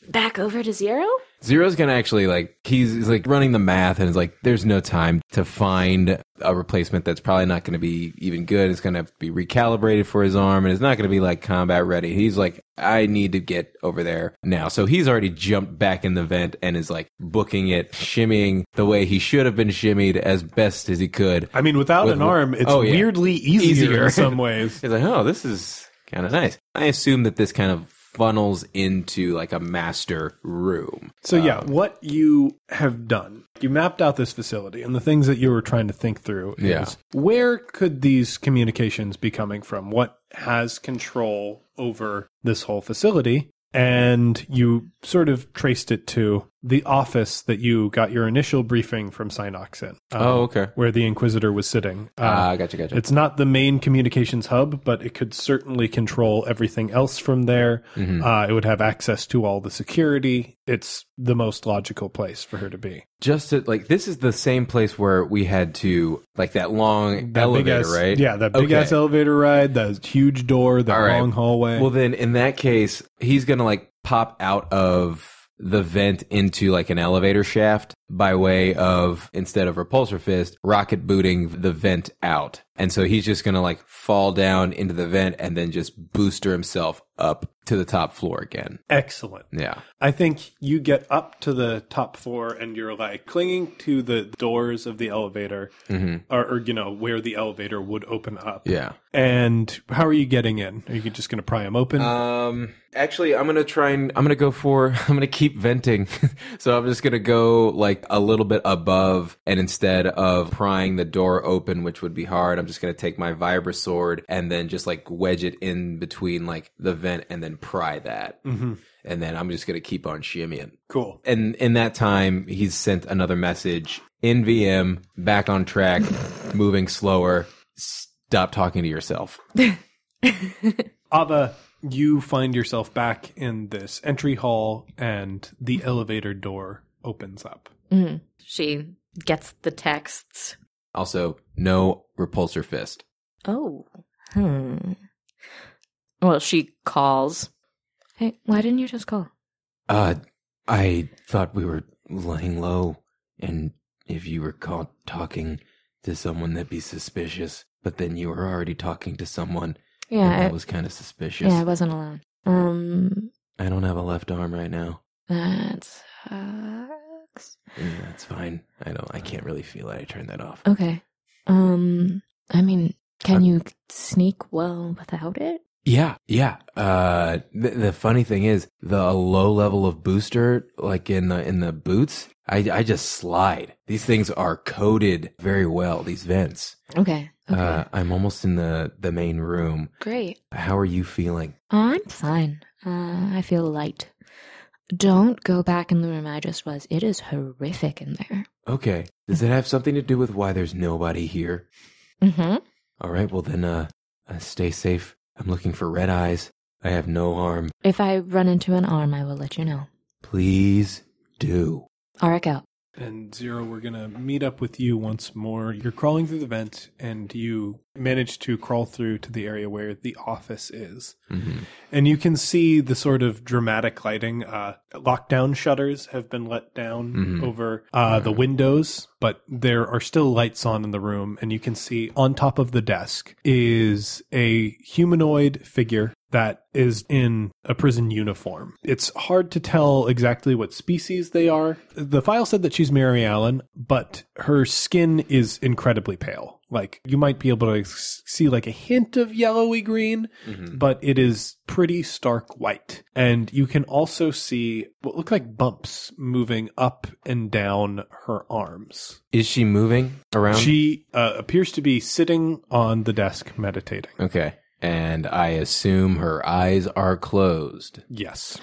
[SPEAKER 3] Back over to zero?
[SPEAKER 5] Zero's gonna actually like he's, he's like running the math and is like, there's no time to find a replacement that's probably not gonna be even good. It's gonna have to be recalibrated for his arm and it's not gonna be like combat ready. He's like, I need to get over there now. So he's already jumped back in the vent and is like booking it, shimmying the way he should have been shimmied as best as he could.
[SPEAKER 4] I mean, without
[SPEAKER 5] With-
[SPEAKER 4] an arm, it's
[SPEAKER 5] oh, yeah.
[SPEAKER 4] weirdly easier,
[SPEAKER 5] Easier.
[SPEAKER 4] in some ways.
[SPEAKER 5] He's like, oh, this is kind of nice. I assume that this kind of funnels into like a master room.
[SPEAKER 4] So, yeah, what you have done, you mapped out this facility, and the things that you were trying to think through is
[SPEAKER 5] Yeah.
[SPEAKER 4] where could these communications be coming from? What has control over this whole facility? And you sort of traced it to the office that you got your initial briefing from Synox in. um,
[SPEAKER 5] Oh, okay.
[SPEAKER 4] Where the Inquisitor was sitting. Uh,
[SPEAKER 5] Ah, gotcha, gotcha.
[SPEAKER 4] It's not the main communications hub, but it could certainly control everything else from there.
[SPEAKER 5] Mm-hmm.
[SPEAKER 4] Uh, it would have access to all the security. It's the most logical place for her to be.
[SPEAKER 5] just to like this is the same place where we had to like that long
[SPEAKER 4] That
[SPEAKER 5] elevator,
[SPEAKER 4] big ass,
[SPEAKER 5] right?
[SPEAKER 4] Yeah, that big
[SPEAKER 5] Okay.
[SPEAKER 4] ass elevator ride, that huge door, that
[SPEAKER 5] All right.
[SPEAKER 4] long hallway.
[SPEAKER 5] Well, then in that case, he's gonna like pop out of the vent into like an elevator shaft by way of instead of repulsor fist, rocket booting the vent out, and so he's just gonna like fall down into the vent and then just booster himself up to the top floor again.
[SPEAKER 4] Excellent.
[SPEAKER 5] Yeah.
[SPEAKER 4] I think you get up to the top floor and you're like clinging to the doors of the elevator, or, or you know where the elevator would open up.
[SPEAKER 5] Mm-hmm. Yeah.
[SPEAKER 4] And how are you getting in? Are you just going to pry them open?
[SPEAKER 5] Um, actually, I'm gonna try and I'm gonna go for I'm gonna keep venting. so I'm just gonna go like a little bit above, and instead of prying the door open, which would be hard, I'm just gonna take my vibra sword and then just like wedge it in between like the vent and then pry that,
[SPEAKER 4] Mhm.
[SPEAKER 5] and then I'm just gonna keep on shimmying.
[SPEAKER 4] Cool.
[SPEAKER 5] And in that time, he's sent another message in VM, back on track, moving slower. Stop talking to yourself.
[SPEAKER 4] Abba, you find yourself back in this entry hall and the elevator door opens up.
[SPEAKER 3] Mm-hmm. She gets the texts.
[SPEAKER 5] Also, no repulsor fist.
[SPEAKER 3] Oh. Hmm. Well, she calls. Hey, why didn't you just call?
[SPEAKER 5] Uh, I thought we were laying low, and if you were caught talking to someone, that'd be suspicious. But then you were already talking to someone, and
[SPEAKER 3] Yeah,
[SPEAKER 5] that was kind of
[SPEAKER 3] I,
[SPEAKER 5] suspicious.
[SPEAKER 3] yeah, I wasn't alone. Um,
[SPEAKER 5] I don't have a left arm right now.
[SPEAKER 3] that sucks.
[SPEAKER 5] Yeah, that's fine. I don't. I can't really feel it. I turned that off.
[SPEAKER 3] Okay. Um, I mean, can
[SPEAKER 5] I'm-
[SPEAKER 3] you sneak well without it?
[SPEAKER 5] Yeah, yeah. Uh, th- the funny thing is, the low level of booster, like in the in the boots, I I just slide. These things are coded very well. These vents.
[SPEAKER 3] Okay. Okay.
[SPEAKER 5] Uh, I'm almost in the the main room.
[SPEAKER 3] Great.
[SPEAKER 5] How are you feeling?
[SPEAKER 3] I'm fine. Uh, I feel light. Don't go back in the room I just was. It is horrific in there.
[SPEAKER 5] Okay. Does it have something to do with why there's nobody here?
[SPEAKER 3] Mm-hmm.
[SPEAKER 5] All right. Well, then, uh, uh stay safe. I'm looking for red eyes. I have no arm.
[SPEAKER 3] If I run into an arm, I will let you know.
[SPEAKER 5] Please do.
[SPEAKER 3] Arik out.
[SPEAKER 4] And Zero, we're going to meet up with you once more. You're crawling through the vent and you manage to crawl through to the area where the office is. And you can see the sort of dramatic lighting. Uh, lockdown shutters have been let down
[SPEAKER 5] Mhm.
[SPEAKER 4] over uh, the windows, but there are still lights on in the room. And you can see on top of the desk is a humanoid figure that is in a prison uniform. It's hard to tell exactly what species they are. The file said that she's Mary Allen, but her skin is incredibly pale. Like you might be able to s- see like a hint of yellowy green,
[SPEAKER 5] Mhm.
[SPEAKER 4] but it is pretty stark white. And you can also see what look like bumps moving up and down her arms.
[SPEAKER 5] Is she moving around?
[SPEAKER 4] She uh, appears to be sitting on the desk meditating.
[SPEAKER 5] okay. And I assume her eyes are closed.
[SPEAKER 4] Yes.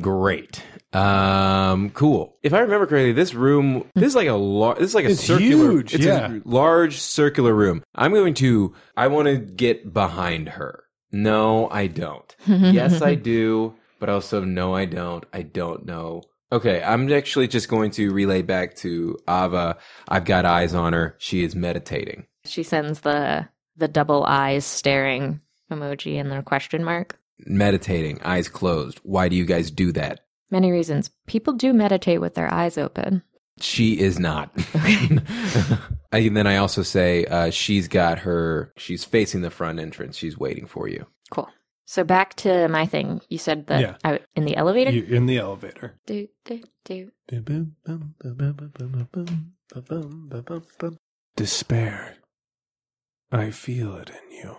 [SPEAKER 5] Great. Um, cool. If I remember correctly, this room this is like a lar- this is like a
[SPEAKER 4] It's
[SPEAKER 5] circular
[SPEAKER 4] huge,
[SPEAKER 5] it's
[SPEAKER 4] yeah.
[SPEAKER 5] a large circular room. I'm going to I want to get behind her. No, I don't. yes, I do, but also no, I don't. I don't know. Okay, I'm actually just going to relay back to Ava. I've got eyes on her. She is meditating.
[SPEAKER 3] She sends the the double eyes staring emoji and the question mark.
[SPEAKER 5] Meditating, eyes closed. Why do you guys do that?
[SPEAKER 3] Many reasons. People do meditate with their eyes open.
[SPEAKER 5] She is not. and then I also say uh, she's got her. She's facing the front entrance. She's waiting for you.
[SPEAKER 3] Cool. So back to my thing. You said that
[SPEAKER 4] Yeah.
[SPEAKER 3] I, in the elevator.
[SPEAKER 4] You- in the elevator.
[SPEAKER 3] do, do, do.
[SPEAKER 4] Despair. I feel it in you.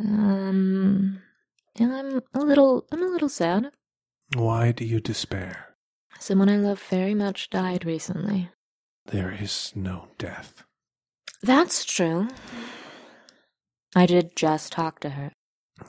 [SPEAKER 3] Um, and I'm a little, I'm a little sad.
[SPEAKER 4] Why do you despair?
[SPEAKER 3] Someone I love very much died recently.
[SPEAKER 4] There is no death.
[SPEAKER 3] That's true. I did just talk to her.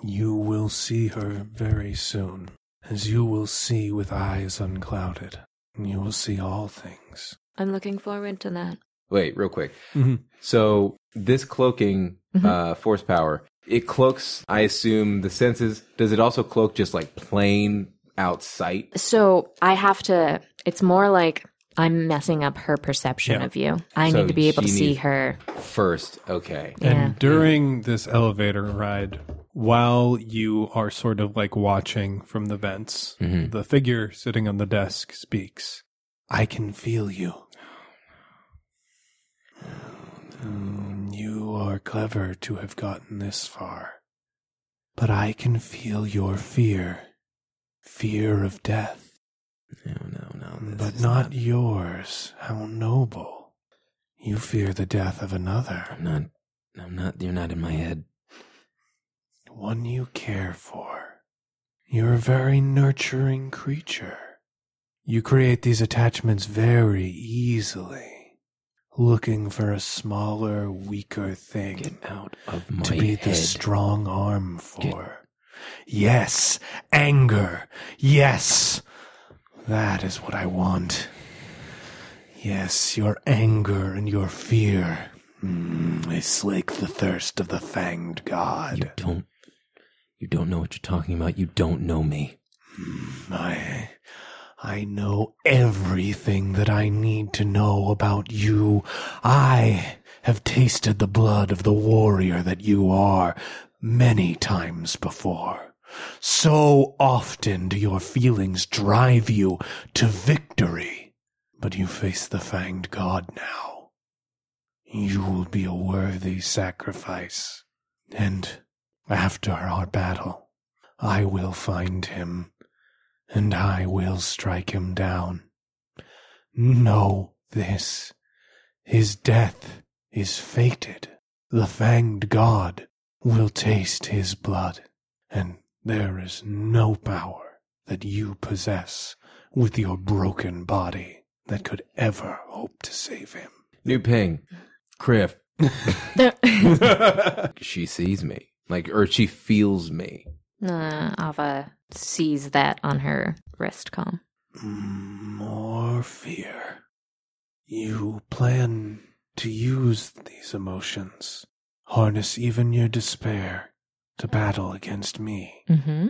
[SPEAKER 4] You will see her very soon, as you will see with eyes unclouded. You will see all things.
[SPEAKER 3] I'm looking forward to that.
[SPEAKER 5] Wait, real quick.
[SPEAKER 4] Mhm.
[SPEAKER 5] So this cloaking uh, force power, it cloaks. I assume the senses. Does it also cloak just like plain out sight?
[SPEAKER 3] So I have to. It's more like I'm messing up her perception
[SPEAKER 4] Yeah.
[SPEAKER 3] of you. I
[SPEAKER 5] So
[SPEAKER 3] need to be able to
[SPEAKER 5] she
[SPEAKER 3] see
[SPEAKER 5] needs-
[SPEAKER 3] her.
[SPEAKER 5] First, okay.
[SPEAKER 3] Yeah.
[SPEAKER 4] And during this elevator ride, while you are sort of like watching from the vents,
[SPEAKER 5] Mhm.
[SPEAKER 4] the figure sitting on the desk speaks. I can feel you. Mm, You are clever to have gotten this far. But I can feel your fear. Fear of death.
[SPEAKER 5] No, no, no. this
[SPEAKER 4] But
[SPEAKER 5] is
[SPEAKER 4] not yours. How noble. You fear the death of another.
[SPEAKER 5] I'm not. I'm not. You're not in my head.
[SPEAKER 4] one you care for. You're a very nurturing creature. You create these attachments very easily, looking for a smaller, weaker thing
[SPEAKER 5] Get out of my
[SPEAKER 4] to be the
[SPEAKER 5] head.
[SPEAKER 4] strong arm for. Yes, anger. Yes, that is what I want. Yes, your anger and your fear. Mm, I slake the thirst of the fanged god.
[SPEAKER 5] You don't. You don't know what you're talking about. You don't know me.
[SPEAKER 4] I, I know everything that I need to know about you. I have tasted the blood of the warrior that you are many times before. So often do your feelings drive you to victory. But you face the fanged god now. You will be a worthy sacrifice. And after our battle, I will find him and I will strike him down. Know this. His death is fated. The fanged god will taste his blood, and there is no power that you possess with your broken body that could ever hope to save him.
[SPEAKER 5] New ping, Criff.
[SPEAKER 3] no,
[SPEAKER 5] She sees me, like, or she feels me.
[SPEAKER 3] Ava sees that on her wrist calm.
[SPEAKER 4] More fear. You plan to use these emotions, harness even your despair to battle against me.
[SPEAKER 3] Mm-hmm.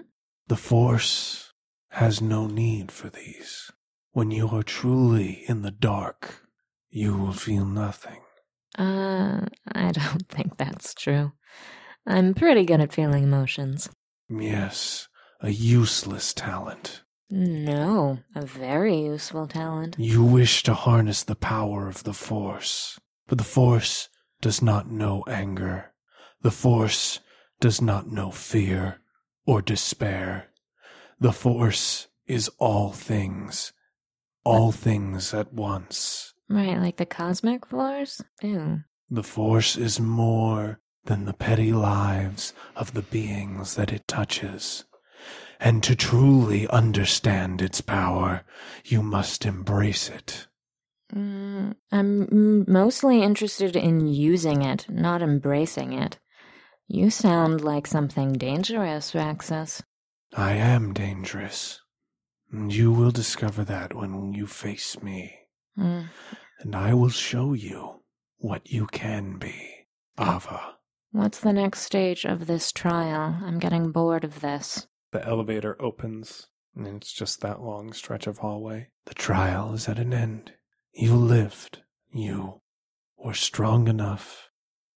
[SPEAKER 4] The Force has no need for these. When you are truly in the dark, you will feel nothing.
[SPEAKER 3] Uh, I don't think that's true. I'm pretty good at feeling emotions.
[SPEAKER 4] Yes, a useless talent.
[SPEAKER 3] No, a very useful talent.
[SPEAKER 4] You wish to harness the power of the Force, but the Force does not know anger. The Force does not know fear. or despair. The Force is all things, all things at once.
[SPEAKER 1] Right, like the cosmic force? Ew.
[SPEAKER 4] The Force is more than the petty lives of the beings that it touches. And to truly understand its power, you must embrace it.
[SPEAKER 1] Mm, I'm m- mostly interested in using it, not embracing it. You sound like something dangerous, Raxus.
[SPEAKER 4] I am dangerous. and You will discover that when you face me.
[SPEAKER 1] Mm.
[SPEAKER 4] and I will show you what you can be, Ava.
[SPEAKER 1] What's the next stage of this trial? I'm getting bored of this.
[SPEAKER 7] The elevator opens, and it's just that long stretch of hallway.
[SPEAKER 4] The trial is at an end. You lived. You were strong enough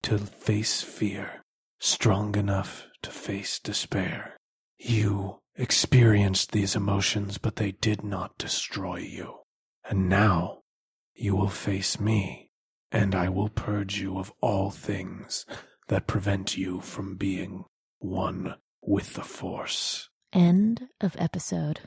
[SPEAKER 4] to face fear, strong enough to face despair. You experienced these emotions, but they did not destroy you. And now you will face me, and I will purge you of all things that prevent you from being one with the Force.
[SPEAKER 8] End of episode.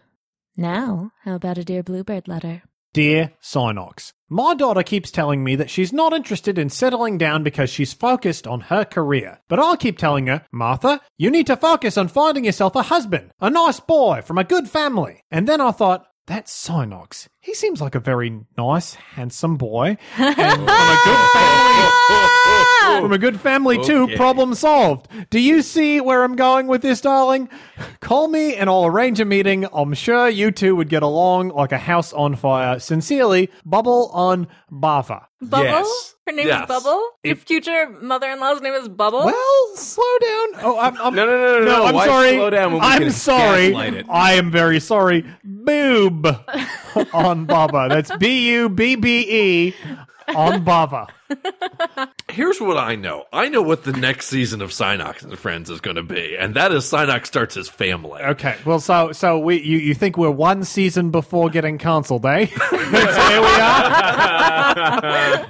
[SPEAKER 8] Now, how about a Dear Bluebird letter?
[SPEAKER 9] Dear Sinox, my daughter keeps telling me that she's not interested in settling down because she's focused on her career. But I keep telling her, Martha, you need to focus on finding yourself a husband, a nice boy from a good family. And then I thought, that's Sinox. He seems like a very nice, handsome boy. And from a good family from a good family too.
[SPEAKER 5] Okay.
[SPEAKER 9] Problem solved. Do you see where I'm going with this, darling? Call me and I'll arrange a meeting. I'm sure you two would get along like a house on fire. Sincerely, Bubble on Bava.
[SPEAKER 3] Bubble?
[SPEAKER 7] Yes.
[SPEAKER 3] Her name
[SPEAKER 7] Yes.
[SPEAKER 3] is Bubble? Your
[SPEAKER 7] If-
[SPEAKER 3] future mother in law's name is Bubble?
[SPEAKER 9] Well, slow down. Oh, I'm, I'm
[SPEAKER 5] No, no, no, no, no.
[SPEAKER 9] I'm
[SPEAKER 5] Why
[SPEAKER 9] sorry.
[SPEAKER 5] slow down when we
[SPEAKER 9] I'm
[SPEAKER 5] can
[SPEAKER 9] sorry.
[SPEAKER 5] gaslight it?
[SPEAKER 9] I am very sorry. Boob on Bava. That's B U B B E on Bava.
[SPEAKER 10] Here's what I know. I know what the next season of Sinox and Friends is going to be, and that is Sinox starts his family.
[SPEAKER 9] Okay, well, so so we you, you think we're one season before getting cancelled, eh? That's here we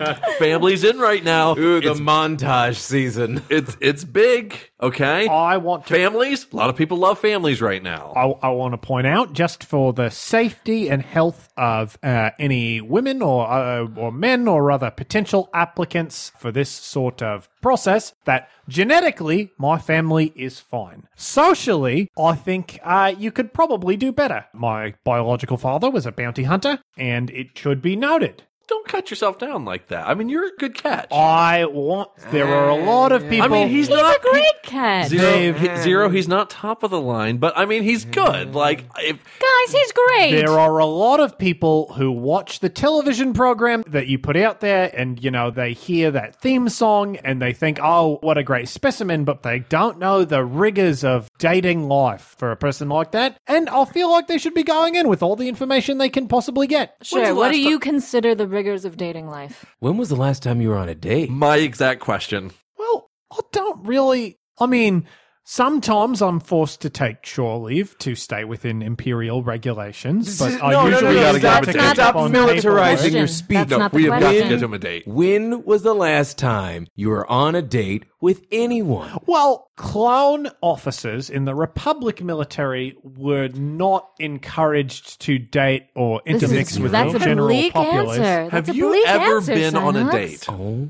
[SPEAKER 9] are.
[SPEAKER 10] Family's in right now.
[SPEAKER 5] Ooh, the
[SPEAKER 10] it's,
[SPEAKER 5] montage season.
[SPEAKER 10] it's it's big. Okay,
[SPEAKER 9] I want to.
[SPEAKER 10] families. A lot of people love families right now.
[SPEAKER 9] I, I want to point out, just for the safety and health of uh, any women or uh, or men or other potential applicants for this sort of process, that genetically my family is fine. Socially, I think uh, you could probably do better. My biological father was a bounty hunter, and it should be noted.
[SPEAKER 10] Don't cut yourself down like that. I mean, you're a good catch.
[SPEAKER 9] I want. There are a lot of people.
[SPEAKER 10] I mean, he's,
[SPEAKER 3] He's
[SPEAKER 10] not
[SPEAKER 3] a great cat.
[SPEAKER 10] Zero, he- zero, he's not top of the line, but I mean, he's good. Like, if,
[SPEAKER 3] Guys, he's great.
[SPEAKER 9] There are a lot of people who watch the television program that you put out there and, you know, they hear that theme song and they think, oh, what a great specimen, but they don't know the rigors of dating life for a person like that. And I feel like they should be going in with all the information they can possibly get.
[SPEAKER 10] the
[SPEAKER 3] Sure. What
[SPEAKER 10] last
[SPEAKER 3] do
[SPEAKER 10] ti-
[SPEAKER 3] you consider the rigors of dating life?
[SPEAKER 5] When was the last time you were on a date?
[SPEAKER 10] my exact question.
[SPEAKER 9] Well, I don't really. I mean, sometimes I'm forced to take shore leave to stay within imperial regulations, but I
[SPEAKER 5] No, no, no,
[SPEAKER 9] usually
[SPEAKER 5] no,
[SPEAKER 9] have
[SPEAKER 5] stop-
[SPEAKER 9] to
[SPEAKER 5] stop
[SPEAKER 9] catch up on
[SPEAKER 5] militarizing
[SPEAKER 9] paperwork.
[SPEAKER 5] your
[SPEAKER 3] Question.
[SPEAKER 5] speed.
[SPEAKER 3] That's
[SPEAKER 5] No,
[SPEAKER 3] not the
[SPEAKER 10] We have got to
[SPEAKER 3] question.
[SPEAKER 10] get him a date.
[SPEAKER 5] When was the last time you were on a date with anyone?
[SPEAKER 9] Well, clone officers in the Republic military were not encouraged to date or
[SPEAKER 3] This is-
[SPEAKER 9] intermix with
[SPEAKER 3] that's
[SPEAKER 9] the
[SPEAKER 3] a
[SPEAKER 9] general
[SPEAKER 3] bleak
[SPEAKER 9] populace.
[SPEAKER 3] answer. That's
[SPEAKER 10] Have
[SPEAKER 3] a
[SPEAKER 10] you
[SPEAKER 3] bleak
[SPEAKER 10] ever
[SPEAKER 3] answer,
[SPEAKER 10] been on a
[SPEAKER 3] Sinox.
[SPEAKER 10] date? Oh,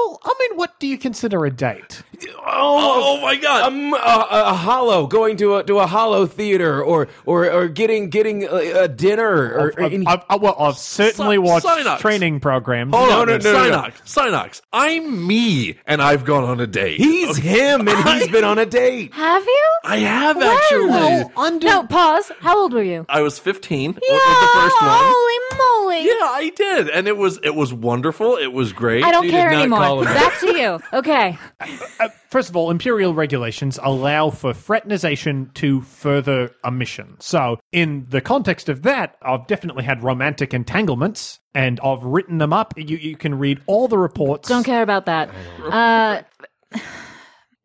[SPEAKER 5] Oh,
[SPEAKER 9] Well, I mean, what do you consider a date?
[SPEAKER 10] Oh my god!
[SPEAKER 5] um, a, a, a hollow going to a to a hollow theater, or or or getting getting a, a dinner, or, or any-
[SPEAKER 9] I've, I, well, I've certainly
[SPEAKER 10] Si-
[SPEAKER 9] watched
[SPEAKER 10] Sinox.
[SPEAKER 9] training programs.
[SPEAKER 10] Hold on,
[SPEAKER 5] no, no, no, no.
[SPEAKER 10] Sinox, Sinox. I'm me, and I've gone on a date.
[SPEAKER 5] he's him, and he's been on a date.
[SPEAKER 3] Have you?
[SPEAKER 10] I have actually.
[SPEAKER 9] under
[SPEAKER 3] No, pause. How old were you?
[SPEAKER 10] I was 15 with the first one.
[SPEAKER 3] Holy moly.
[SPEAKER 10] Yeah, I did, and it was it was wonderful. It was great.
[SPEAKER 3] I don't
[SPEAKER 5] You
[SPEAKER 3] care
[SPEAKER 5] did not call
[SPEAKER 3] anymore.
[SPEAKER 5] him.
[SPEAKER 3] Back to you. Okay.
[SPEAKER 9] First of all, imperial regulations allow for fraternization to further omission. So, in the context of that, I've definitely had romantic entanglements, and I've written them up. You you can read all the reports.
[SPEAKER 3] Don't care about that. Uh,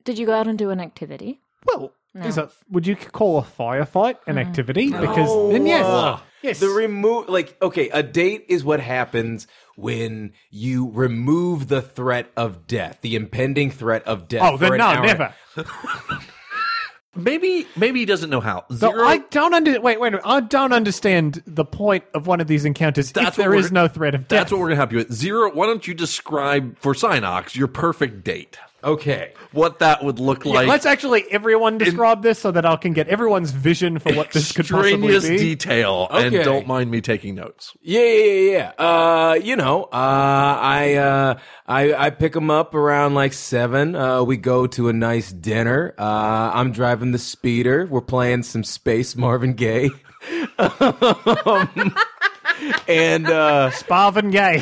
[SPEAKER 3] did you go out and do an activity?
[SPEAKER 9] Well, is that would you call a firefight an activity? Because then yes,
[SPEAKER 5] uh,
[SPEAKER 10] Oh.
[SPEAKER 9] yes.
[SPEAKER 5] The remove, like, okay, a date is what happens when you remove the threat of death, the impending threat of death.
[SPEAKER 9] oh,
[SPEAKER 5] for
[SPEAKER 9] then
[SPEAKER 5] an
[SPEAKER 9] no,
[SPEAKER 5] hour.
[SPEAKER 9] never.
[SPEAKER 10] Maybe maybe he doesn't know how.
[SPEAKER 9] So
[SPEAKER 10] Zero.
[SPEAKER 9] I don't under wait wait a minute. I don't understand the point of one of these encounters if
[SPEAKER 10] That's what
[SPEAKER 9] there is
[SPEAKER 10] we're-
[SPEAKER 9] no threat of death.
[SPEAKER 10] that's what we're gonna help you with. Zero. Why don't you describe for Sinox your perfect date?
[SPEAKER 5] Okay.
[SPEAKER 10] What that would look
[SPEAKER 9] Yeah,
[SPEAKER 10] like.
[SPEAKER 9] let's actually everyone describe this so that I can get everyone's vision for what this could possibly
[SPEAKER 10] extraneous
[SPEAKER 9] be.
[SPEAKER 10] detail,
[SPEAKER 5] Okay.
[SPEAKER 10] and don't mind me taking notes.
[SPEAKER 5] Yeah, yeah, yeah. yeah. Uh, you know, uh, I, uh, I, I pick him up around like seven. Uh, we go to a nice dinner. Uh, I'm driving the speeder. We're playing some space Marvin Gaye. Um, and, uh,
[SPEAKER 9] Sparvin Gay.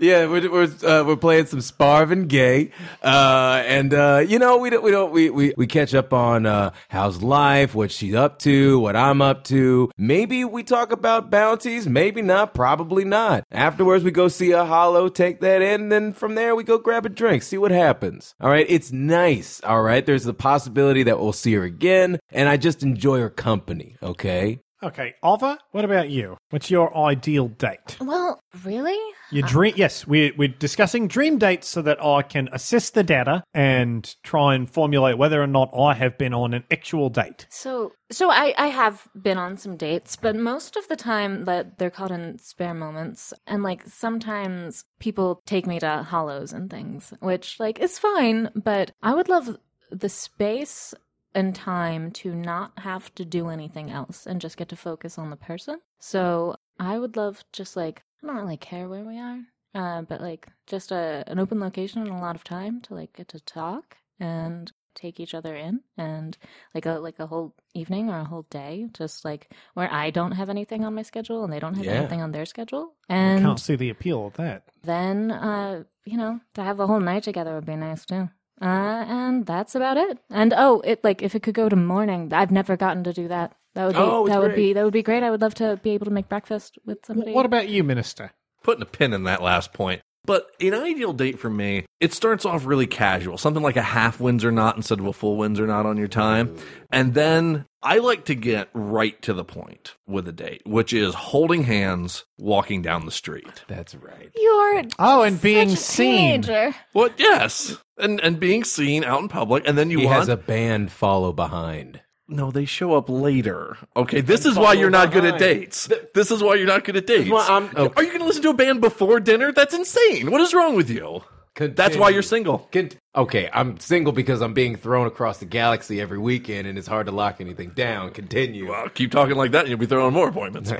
[SPEAKER 5] Yeah, we're we're, uh, we're playing some Sparvin Gay, uh, and uh, you know we don't we don't we we, we catch up on uh, how's life, what she's up to, what I'm up to. Maybe we talk about bounties, maybe not, probably not. Afterwards, we go see a hollow, take that in, then from there we go grab a drink, see what happens. All right, it's nice. All right, there's the possibility that we'll see her again, and I just enjoy her company. Okay.
[SPEAKER 9] okay, Ova, what about you? What's your ideal date?
[SPEAKER 1] Well, really?
[SPEAKER 9] Your dream yes, we're we're discussing dream dates so that I can assess the data and try and formulate whether or not I have been on an actual date.
[SPEAKER 1] So, so I, I have been on some dates, but most of the time that they're called in spare moments, and like sometimes people take me to hollows and things, which like is fine, but I would love the space and time to not have to do anything else and just get to focus on the person. So I would love just like I don't really care where we are, uh, but like just a an open location and a lot of time to like get to talk and take each other in and like a like a whole evening or a whole day just like where i don't have anything on my schedule and they don't have
[SPEAKER 5] Yeah.
[SPEAKER 1] anything on their schedule
[SPEAKER 9] I
[SPEAKER 1] and
[SPEAKER 9] can't see the appeal of that.
[SPEAKER 1] then uh you know to have a whole night together would be nice too uh and that's about it and oh it like if it could go to morning i've never gotten to do that that would be
[SPEAKER 5] Oh, it's
[SPEAKER 1] that would
[SPEAKER 5] great.
[SPEAKER 1] be that would be great i would love to be able to make breakfast with somebody
[SPEAKER 9] What about you, Minister?
[SPEAKER 10] putting a pin in that last point. But an ideal date for me, it starts off really casual, something like a half wins or not instead of a full wins or not on your
[SPEAKER 5] Mm.
[SPEAKER 10] time. And then I like to get right to the point with a date, which is holding hands, walking down the street.
[SPEAKER 5] That's right.
[SPEAKER 1] you're
[SPEAKER 9] Oh, and being
[SPEAKER 1] such a
[SPEAKER 9] seen.
[SPEAKER 1] teenager.
[SPEAKER 10] Well, yes. And and being seen out in public, and then you
[SPEAKER 5] He
[SPEAKER 10] want
[SPEAKER 5] has a band follow behind.
[SPEAKER 10] no, they show up later. Okay, this is why you're not good at
[SPEAKER 5] behind.
[SPEAKER 10] dates. This is why you're not good at dates.
[SPEAKER 5] Well, I'm-
[SPEAKER 10] Are you going to listen to a band before dinner? That's insane. What is wrong with you? That's why
[SPEAKER 5] Continue.
[SPEAKER 10] you're single.
[SPEAKER 5] Cont- okay, I'm single because I'm being thrown across the galaxy every weekend and it's hard to lock anything down. Continue.
[SPEAKER 10] Well, keep talking like that and you'll be throwing more appointments.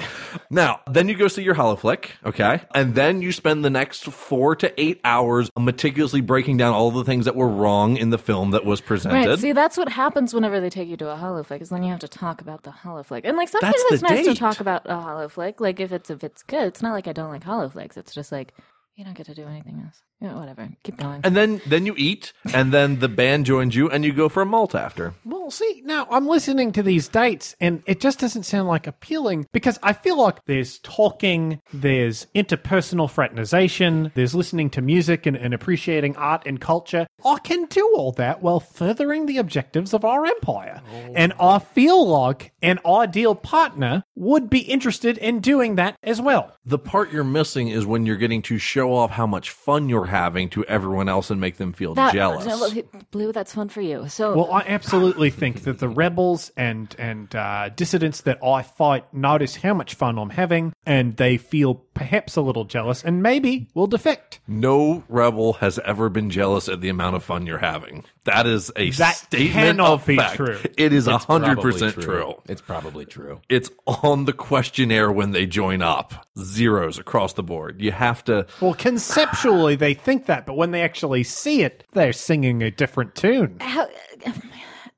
[SPEAKER 10] now, then you go see your holoflick, okay? And then you spend the next four to eight hours meticulously breaking down all the things that were wrong in the film that was presented.
[SPEAKER 1] Right. See, that's what happens whenever they take you to a hollow flick, is then you have to talk about the hollow flick. And like sometimes
[SPEAKER 10] That's the
[SPEAKER 1] it's nice to
[SPEAKER 10] date.
[SPEAKER 1] talk about a hollow flick. Like if it's if it's good, it's not like I don't like hollow flicks. It's just like you don't get to do anything else. Yeah, whatever. Keep going.
[SPEAKER 10] and then, then you eat, and then the band joins you, and you go for a malt after.
[SPEAKER 9] Well, see, now I'm listening to these dates and it just doesn't sound like appealing because I feel like there's talking, there's interpersonal fraternization, there's listening to music and, and appreciating art and culture. I can do all that while furthering the objectives of our empire. And I feel like an ideal partner would be interested in doing that as well.
[SPEAKER 10] The part you're missing is when you're getting to show off how much fun you're having to everyone else and make them feel
[SPEAKER 1] that,
[SPEAKER 10] jealous.
[SPEAKER 1] no, look, Blue, that's fun for you. So
[SPEAKER 9] Well, I absolutely think that the rebels and and uh, dissidents that I fight notice how much fun I'm having, and they feel perhaps a little jealous, and maybe will defect.
[SPEAKER 10] No rebel has ever been jealous at the amount of fun you're having. That is a
[SPEAKER 9] That
[SPEAKER 10] statement
[SPEAKER 9] cannot
[SPEAKER 10] of
[SPEAKER 9] be
[SPEAKER 10] fact.
[SPEAKER 9] true.
[SPEAKER 10] It is a hundred
[SPEAKER 5] Probably
[SPEAKER 10] percent true.
[SPEAKER 5] It's probably true.
[SPEAKER 10] It's on the questionnaire when they join up. Zeros across the board. You have to.
[SPEAKER 9] Well, conceptually they think that, but when they actually see it, they're singing a different tune.
[SPEAKER 1] how,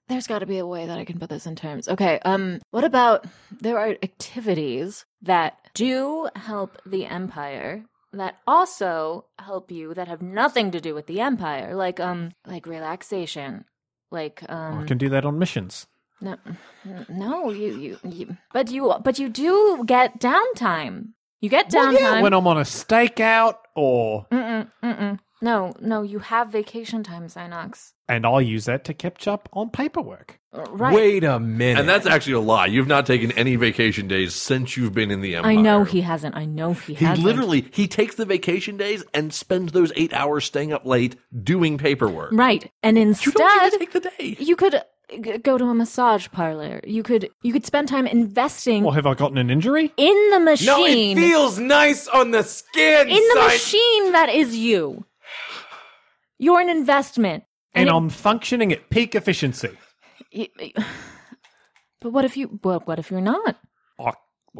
[SPEAKER 1] there's got to be a way that I can put this in terms. Okay. Um. What about there are activities that do help the empire that also help you that have nothing to do with the empire, like um, like relaxation, like um.
[SPEAKER 9] I can do that on missions.
[SPEAKER 1] No, n- no, you, you, you, but you, but you do get downtime. You get downtime.
[SPEAKER 9] When I'm on a stakeout or
[SPEAKER 1] Mm-mm, mm-mm.
[SPEAKER 11] No, no, you have vacation time, Synox.
[SPEAKER 9] And I use that to catch up on paperwork.
[SPEAKER 11] Uh, Right.
[SPEAKER 5] Wait a minute.
[SPEAKER 10] And that's actually a lie. You've not taken any vacation days since you've been in the empire.
[SPEAKER 11] I know he hasn't. I know he,
[SPEAKER 10] He
[SPEAKER 11] hasn't.
[SPEAKER 10] literally he takes the vacation days and spends those eight hours staying up late doing paperwork.
[SPEAKER 11] Right. And
[SPEAKER 10] You don't
[SPEAKER 11] instead
[SPEAKER 10] get to take the day.
[SPEAKER 11] you could uh, g- go to a massage parlor. You could you could spend time investing
[SPEAKER 9] Well, have I gotten an injury?
[SPEAKER 11] in the
[SPEAKER 5] no, it
[SPEAKER 11] machine.
[SPEAKER 5] feels nice on the skin.
[SPEAKER 11] in the
[SPEAKER 5] Sy-
[SPEAKER 11] machine that is you. You're an investment.
[SPEAKER 9] And,
[SPEAKER 11] it-
[SPEAKER 9] I'm functioning at peak efficiency.
[SPEAKER 11] y- y- But what if you well, what if you're not?
[SPEAKER 9] I, I-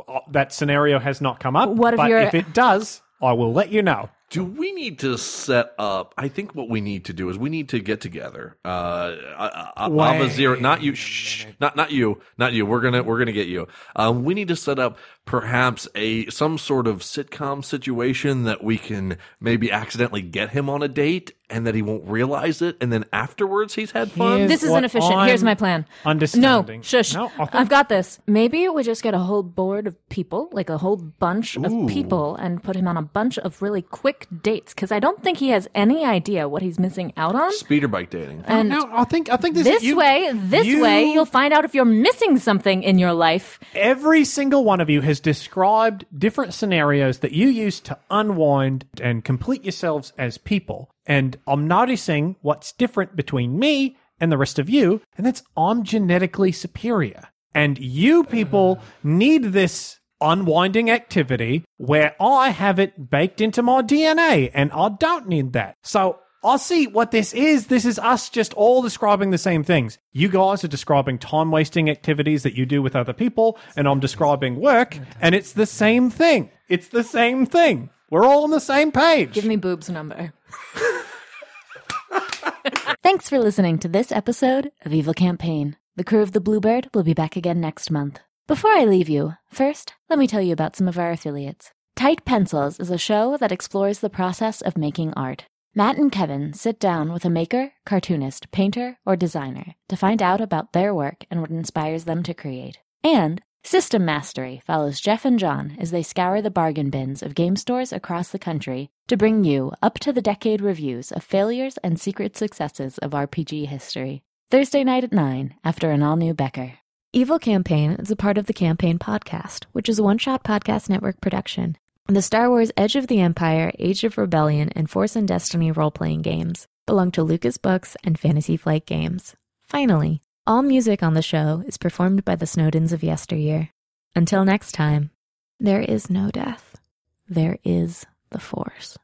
[SPEAKER 9] uh, that scenario has not come up.
[SPEAKER 11] What if
[SPEAKER 9] but
[SPEAKER 11] you're-
[SPEAKER 9] if it does, I will let you know.
[SPEAKER 10] Do we need to set up? I think what we need to do is we need to get together. Uh, I- I- I- Alpha Zero, not you, shh, not not you, not you. We're gonna we're gonna get you. Um, we need to set up perhaps a some sort of sitcom situation that we can maybe accidentally get him on a date and that he won't realize it, and then afterwards he's had fun.
[SPEAKER 9] Here's
[SPEAKER 11] This is
[SPEAKER 9] what
[SPEAKER 11] inefficient.
[SPEAKER 9] I'm
[SPEAKER 11] Here's my plan.
[SPEAKER 9] understanding.
[SPEAKER 11] No, shush.
[SPEAKER 9] No, I think-
[SPEAKER 11] I've got this. Maybe we just get a whole board of people, like a whole bunch
[SPEAKER 10] Ooh.
[SPEAKER 11] of people, and put him on a bunch of really quick dates because I don't think he has any idea what he's missing out on.
[SPEAKER 10] Speeder bike dating.
[SPEAKER 11] And
[SPEAKER 9] No, I think I think this,
[SPEAKER 11] this
[SPEAKER 9] you-
[SPEAKER 11] way, this
[SPEAKER 9] you-
[SPEAKER 11] way, you'll find out if you're missing something in your life.
[SPEAKER 9] Every single one of you has described different scenarios that you use to unwind and complete yourselves as people. And I'm noticing what's different between me and the rest of you, and that's I'm genetically superior. And you people need this unwinding activity where I have it baked into my DNA, and I don't need that. So I'll see what this is. This is us just all describing the same things. You guys are describing time wasting activities that you do with other people, and I'm describing work, and it's the same thing. It's the same thing. We're all on the same page.
[SPEAKER 11] Give me boobs number.
[SPEAKER 1] Thanks for listening to this episode of Evil Campaign. The crew of the Bluebird will be back again next month. Before I leave you, first, let me tell you about some of our affiliates. Tight Pencils is a show that explores the process of making art. Matt and Kevin sit down with a maker, cartoonist, painter, or designer to find out about their work and what inspires them to create. And System Mastery follows Jeff and John as they scour the bargain bins of game stores across the country to bring you up to the decade reviews of failures and secret successes of RPG history. Thursday night at 9 after an all new Becker.
[SPEAKER 3] Evil Campaign is a part of the Campaign Podcast, which is a one shot podcast network production. The Star Wars Edge of the Empire, Age of Rebellion, and Force and Destiny role playing games belong to Lucas Books and Fantasy Flight Games. Finally, all music on the show is performed by the Snowdens of yesteryear. Until next time, there is no death, there is the Force.